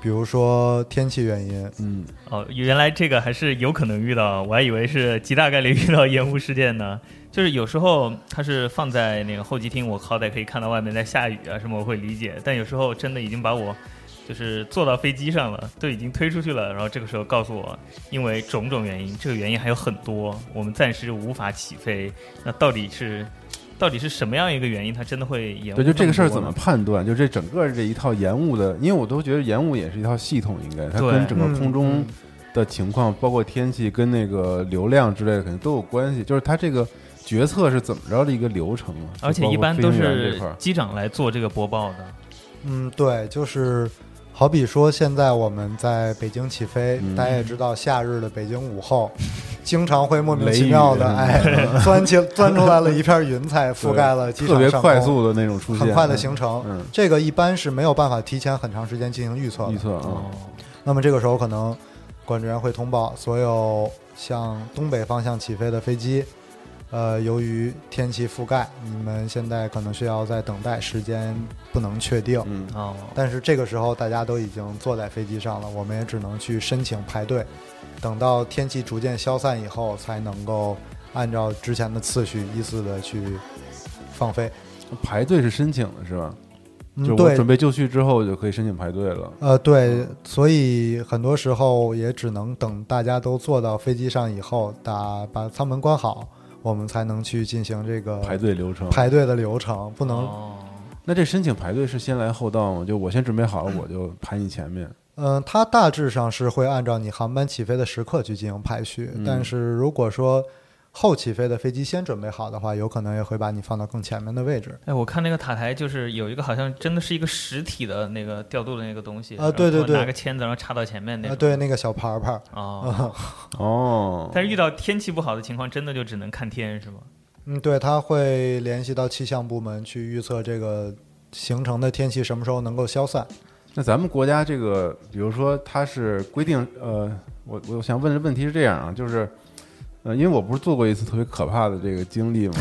Speaker 5: 比如说天气原因，
Speaker 3: 嗯，
Speaker 4: 哦，原来这个还是有可能遇到，我还以为是极大概率 遇到延误事件呢。就是有时候它是放在那个候机厅，我好歹可以看到外面在下雨啊什么，我会理解。但有时候真的已经把我就是坐到飞机上了，都已经推出去了，然后这个时候告诉我，因为种种原因，这个原因还有很多，我们暂时无法起飞。那到底是到底是什么样一个原因，它真的会延
Speaker 3: 对，
Speaker 4: 误么多呢？
Speaker 3: 就这个事儿怎么判断？就这整个这一套延误的，因为我都觉得延误也是一套系统，应该它
Speaker 4: 对
Speaker 3: 跟整个
Speaker 5: 嗯
Speaker 3: 空中的情况，包括天气跟那个流量之类的，肯定都有关系。就是它这个决策是怎么着的一个流程啊？
Speaker 4: 而且
Speaker 3: 就包括
Speaker 4: 一般都
Speaker 3: 飞行员
Speaker 4: 是
Speaker 3: 这块儿
Speaker 4: 机长来做这个播报的。
Speaker 5: 嗯，对，就是好比说，现在我们在北京起飞，
Speaker 3: 嗯
Speaker 5: 大家也知道，夏日的北京午 后，经常会莫名
Speaker 3: 雷
Speaker 5: 其妙的
Speaker 3: 雨嗯
Speaker 5: 哎钻起钻出来了一片云 彩，覆盖了机场
Speaker 3: 特别
Speaker 5: 上
Speaker 3: 快
Speaker 5: 空
Speaker 3: 速的那种出现，
Speaker 5: 很快的形成。
Speaker 3: 嗯
Speaker 5: 这个一般是没有办法提前很长时间进行预测的。
Speaker 3: 预测啊，
Speaker 5: 那么这个时候可能管制员会通报所有向东北方向起飞的飞机，呃，由于天气覆盖，你们现在可能需要在等待，时间不能确定。
Speaker 3: 嗯，
Speaker 4: 哦，
Speaker 5: 但是这个时候大家都已经坐在飞机上了，我们也只能去申请排队，等到天气逐渐消散以后，才能够按照之前的次序依次的去放飞。
Speaker 3: 嗯排队是申请的是吧？就
Speaker 5: 嗯，
Speaker 3: 我
Speaker 5: 对
Speaker 3: 准，备就绪之后就可以申请排队了。
Speaker 5: 呃，对，所以很多时候也只能等大家都坐到飞机上以后，打把舱门关好，我们才能去进行这个
Speaker 3: 排队流程，
Speaker 5: 哦排队的流程，不能。
Speaker 4: 哦
Speaker 3: 那这申请排队是先来后到吗？就我先准备好了，我就排你前面。
Speaker 5: 嗯、它大致上是会按照你航班起飞的时刻去进行排序，
Speaker 3: 嗯
Speaker 5: 但是如果说后起飞的飞机先准备好的话，有可能也会把你放到更前面的位置。
Speaker 4: 哎，我看那个塔台，就是有一个好像真的是一个实体的那个调度的那个东西
Speaker 5: 啊对
Speaker 4: 然
Speaker 5: 对
Speaker 4: 后
Speaker 5: 对
Speaker 4: 拿个签子然后插到前面那
Speaker 5: 啊、
Speaker 4: 种。
Speaker 5: 对，那啊个小牌儿牌儿，
Speaker 4: 哦，
Speaker 3: 哦，
Speaker 4: 但是遇到天气不好的情况，真的就只能看天是吗？
Speaker 5: 嗯，对，它会联系到气象部门去预测这个形成的天气什么时候能够消散。
Speaker 3: 那咱们国家这个，比如说它是规定，呃，我我想问的问题是这样啊，就是，呃，因为我不是做过一次特别可怕的这个经 历嘛，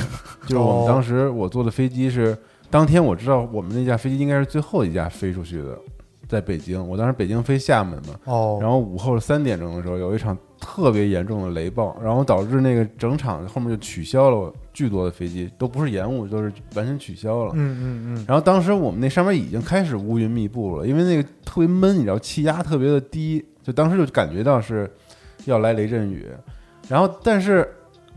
Speaker 3: 就是我们当时我坐的飞机是当天我知道我们那架飞机应该是最后一架飞出去的，在北京，我当时北京飞厦门嘛，
Speaker 5: 哦，
Speaker 3: 然后午后三点钟的时候有一场特别严重的雷暴，然后导致那个整场后面就取消了巨多的飞机，都不是延误，就是完全取消了。
Speaker 5: 嗯嗯
Speaker 3: 然后当时我们那上面已经开始乌云密布了，因为那个特别闷，你知道气压特别的低，就当时就感觉到是要来雷阵雨。然后但是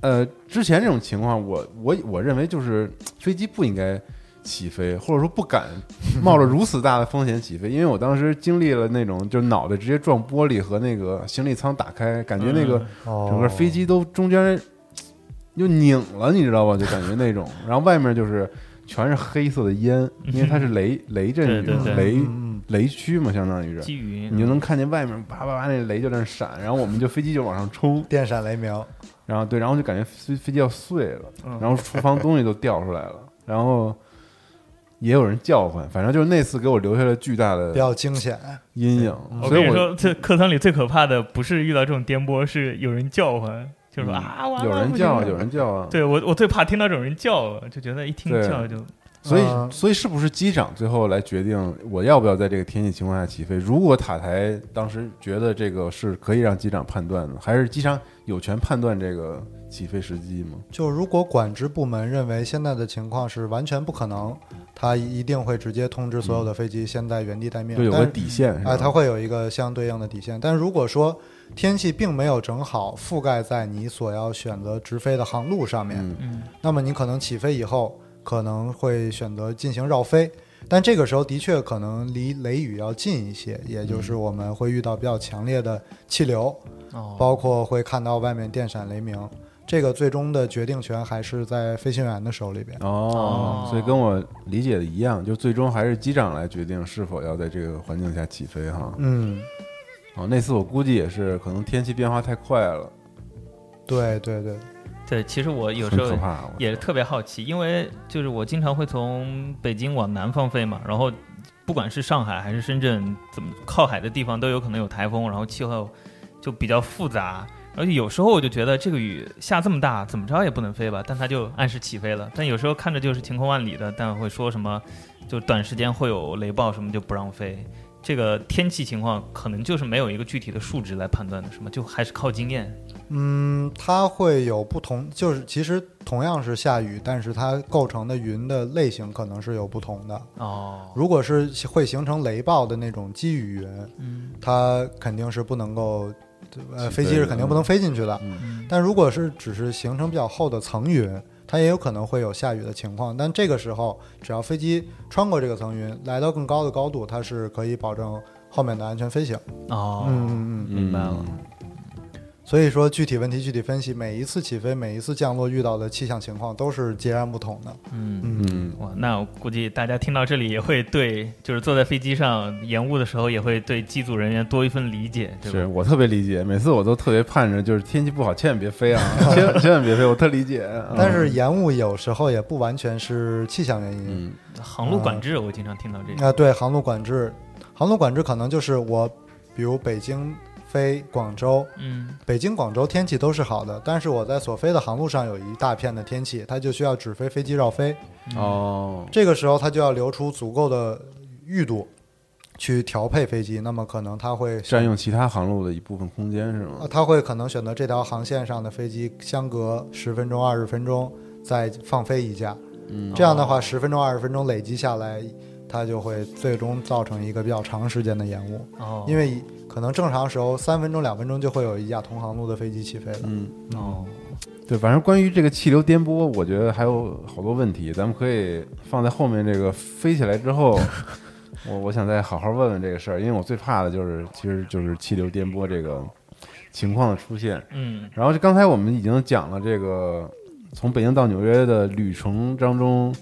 Speaker 3: 呃，之前这种情况，我我我认为就是飞机不应该起飞，或者说不敢
Speaker 4: 嗯
Speaker 3: 冒着如此大的风险起飞，因为我当时经历了那种就脑袋直接撞玻璃和那个行李舱打开，感觉那个
Speaker 4: 嗯
Speaker 5: 嗯，哦，
Speaker 3: 整个飞机都中间又拧了，你知道吧？就感觉那种，然后外面就是全是黑色的烟，因为它是雷雷阵雨
Speaker 4: 嗯对对对
Speaker 3: 雷
Speaker 5: 嗯
Speaker 3: 雷区嘛，相当于是，
Speaker 4: 基于
Speaker 3: 你就能看见外面叭叭叭那雷就在那闪，然后我们就飞机就往上冲，
Speaker 5: 电闪雷鸣，
Speaker 3: 然后对，然后就感觉飞飞机要碎了，
Speaker 4: 嗯
Speaker 3: 然后厨房东西都掉出来了， 然后。也有人叫唤，反正就是那次给我留下了巨大
Speaker 5: 比
Speaker 3: 的
Speaker 5: 较惊险。
Speaker 3: 阴影，
Speaker 5: 嗯
Speaker 4: 我
Speaker 3: 所
Speaker 4: 跟
Speaker 3: 以
Speaker 4: 你
Speaker 3: 我
Speaker 4: 说，这课堂里最可怕的不是遇到这种颠簸，是有人叫唤，就是说
Speaker 3: 嗯
Speaker 4: 啊，完了
Speaker 3: 有人叫，有。人叫啊
Speaker 4: 不行了，对我，我最怕听到这种人叫，就觉得一听
Speaker 3: 对
Speaker 4: 叫就
Speaker 3: 所
Speaker 5: 嗯
Speaker 3: 以，所以是不是机长最后来决定我要不要在这个天气情况下起飞？如果塔台当时觉得这个是可以让机长判断的，还是机长有权判断这个起飞时机吗？
Speaker 5: 就如果管制部门认为现在的情况是完全不可能，他一定会直接通知所有的飞机先在原地待命。
Speaker 3: 就有
Speaker 5: 但
Speaker 3: 个
Speaker 5: 是
Speaker 3: 底线是吧？
Speaker 5: 哎，它会有一个相对应的底线。但如果说天气并没有正好覆盖在你所要选择直飞的航路上面，
Speaker 3: 嗯
Speaker 4: 嗯
Speaker 5: 那么你可能起飞以后可能会选择进行绕飞，但这个时候的确可能离雷雨要近一些，也就是我们会遇到比较强烈的气流，
Speaker 4: 哦，
Speaker 5: 包括会看到外面电闪雷鸣。这个最终的决定权还是在飞行员的手里边。
Speaker 3: 哦
Speaker 4: 哦，
Speaker 3: 所以跟我理解的一样，就最终还是机长来决定是否要在这个环境下起飞哈。
Speaker 5: 嗯，
Speaker 3: 哦，那次我估计也是，可能天气变化太快了，
Speaker 5: 对对对，
Speaker 4: 对，其实我有
Speaker 3: 很
Speaker 4: 时
Speaker 3: 可
Speaker 4: 候
Speaker 3: 怕。我
Speaker 4: 也特别好奇，因为就是我经常会从北京往南方飞嘛，然后不管是上海还是深圳，怎么靠海的地方都有可能有台风，然后气候就比较复杂。而且有时候我就觉得这个雨下这么大，怎么着也不能飞吧，但它就按时起飞了。但有时候看着就是晴空万里的，但会说什么就短时间会有雷暴什么就不让飞。这个天气情况，可能就是没有一个具体的数值来判断的，是吗？就还是靠经验。
Speaker 5: 嗯，它会有不同，就是其实同样是下雨，但是它构成的云的类型可能是有不同的。
Speaker 4: 哦，
Speaker 5: 如果是会形成雷暴的那种积雨云，它肯定是不能够，呃，飞嗯机是肯定不能飞进去的。但如果是只是形成比较厚的层云，它也有可能会有下雨的情况。但这个时候，只要飞机穿过这个层云，来到更高的高度，它是可以保证后面的安全飞行。
Speaker 4: 哦，
Speaker 5: 嗯嗯嗯。
Speaker 4: 明白了。
Speaker 5: 所以说，具体问题具体分析，每一次起飞、每一次降落遇到的气象情况都是截然不同的。
Speaker 4: 嗯
Speaker 3: 嗯
Speaker 4: 哇，那我估计大家听到这里也会对，就是坐在飞机上延误的时候，也会对机组人员多一份理解，对
Speaker 3: 是
Speaker 4: 吧？
Speaker 3: 我特别理解，每次我都特别盼着，就是天气不好，千万别飞 啊，千万千万别飞，我特理解。嗯
Speaker 5: 但是延误有时候也不完全是气象原因，
Speaker 4: 航路管制，我经常听到这个。
Speaker 5: 啊，对，航路管制，航路管制可能就是我，比如北京飞广州，
Speaker 4: 嗯，
Speaker 5: 北京、广州天气都是好的，但是我在所飞的航路上有一大片的天气，它就需要只飞飞机绕飞，
Speaker 3: 哦，
Speaker 5: 这个时候它就要留出足够的裕度去调配飞机，那么可能它会
Speaker 3: 占用其他航路的一部分空间是吗
Speaker 5: 呃，？他会可能选择这条航线上的飞机，相隔十分钟、二十分钟再放飞一架。嗯，这样的话，十分钟、二十分钟累积下来，它就会最终造成一个比较长时间的延误。
Speaker 4: 哦，
Speaker 5: 因
Speaker 4: 为
Speaker 5: 为可能正常时候三分钟、两分钟就会有一架同航路的飞机起飞了。
Speaker 3: 嗯，
Speaker 4: 哦，
Speaker 3: 对，反正关于这个气流颠簸，我觉得还有好多问题，咱们可以放在后面这个飞起来之 后，我我想再好好问问这个事儿，因为我最怕的就是其实就是气流颠簸这个情况的出现。
Speaker 4: 嗯
Speaker 3: 然后就刚才我们已经讲了这个从北京到纽约的旅程当中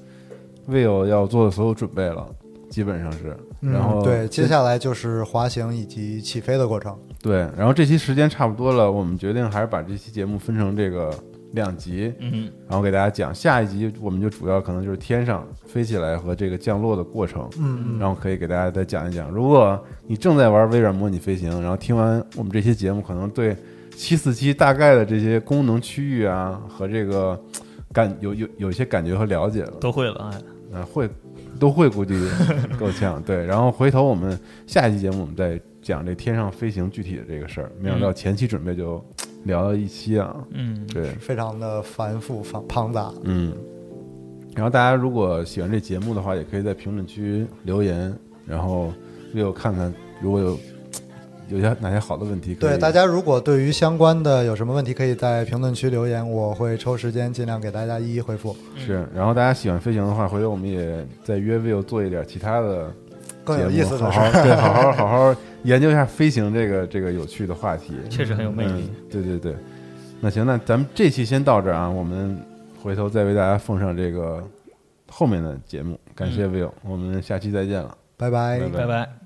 Speaker 3: ，Will 要做的所有准备了，基本上是。然后、
Speaker 5: 嗯、对，接下来就是滑行以及起飞的过程。
Speaker 3: 对，然后这期时间差不多了，我们决定还是把这期节目分成这个两集，
Speaker 4: 嗯，
Speaker 3: 然后给大家讲下一集，我们就主要可能就是天上飞起来和这个降落的过程。
Speaker 5: 嗯
Speaker 3: 然后可以给大家再讲一讲。如果你正在玩微软模拟飞行，然后听完我们这些节目，可能对七四七大概的这些功能区域啊和这个感有有有一些感觉和了解了，
Speaker 4: 都会了，哎，
Speaker 3: 呃，会都会估计够呛。对，然后回头我们下一期节目我们再讲这天上飞行具体的这个事儿。没想到前期准备就聊了一期啊，
Speaker 4: 嗯，
Speaker 3: 对，
Speaker 5: 非常的繁复、庞庞杂。
Speaker 3: 嗯，然后大家如果喜欢这节目的话，也可以在评论区留言，然后又看看如果有有些哪些好的问题可以，
Speaker 5: 对大家，如果对于相关的有什么问题，可以在评论区留言，我会抽时间尽量给大家一一回复。
Speaker 4: 嗯
Speaker 3: 是。然后大家喜欢飞行的话，回头我们也再约 Will 做一点其他的
Speaker 5: 更
Speaker 3: 节
Speaker 5: 有
Speaker 3: 目，
Speaker 5: 意思
Speaker 3: 好
Speaker 5: 的是
Speaker 3: 好，对，好好好好研究一下飞行这个这个有趣的话题，
Speaker 4: 确实很有魅力
Speaker 3: 嗯。，对对对。那行，那咱们这期先到这儿啊，我们回头再为大家奉上
Speaker 4: 嗯
Speaker 3: 这个后面的节目。感谢 Will，、我们下期再见了。
Speaker 5: 拜拜。
Speaker 3: 拜拜
Speaker 4: 拜拜。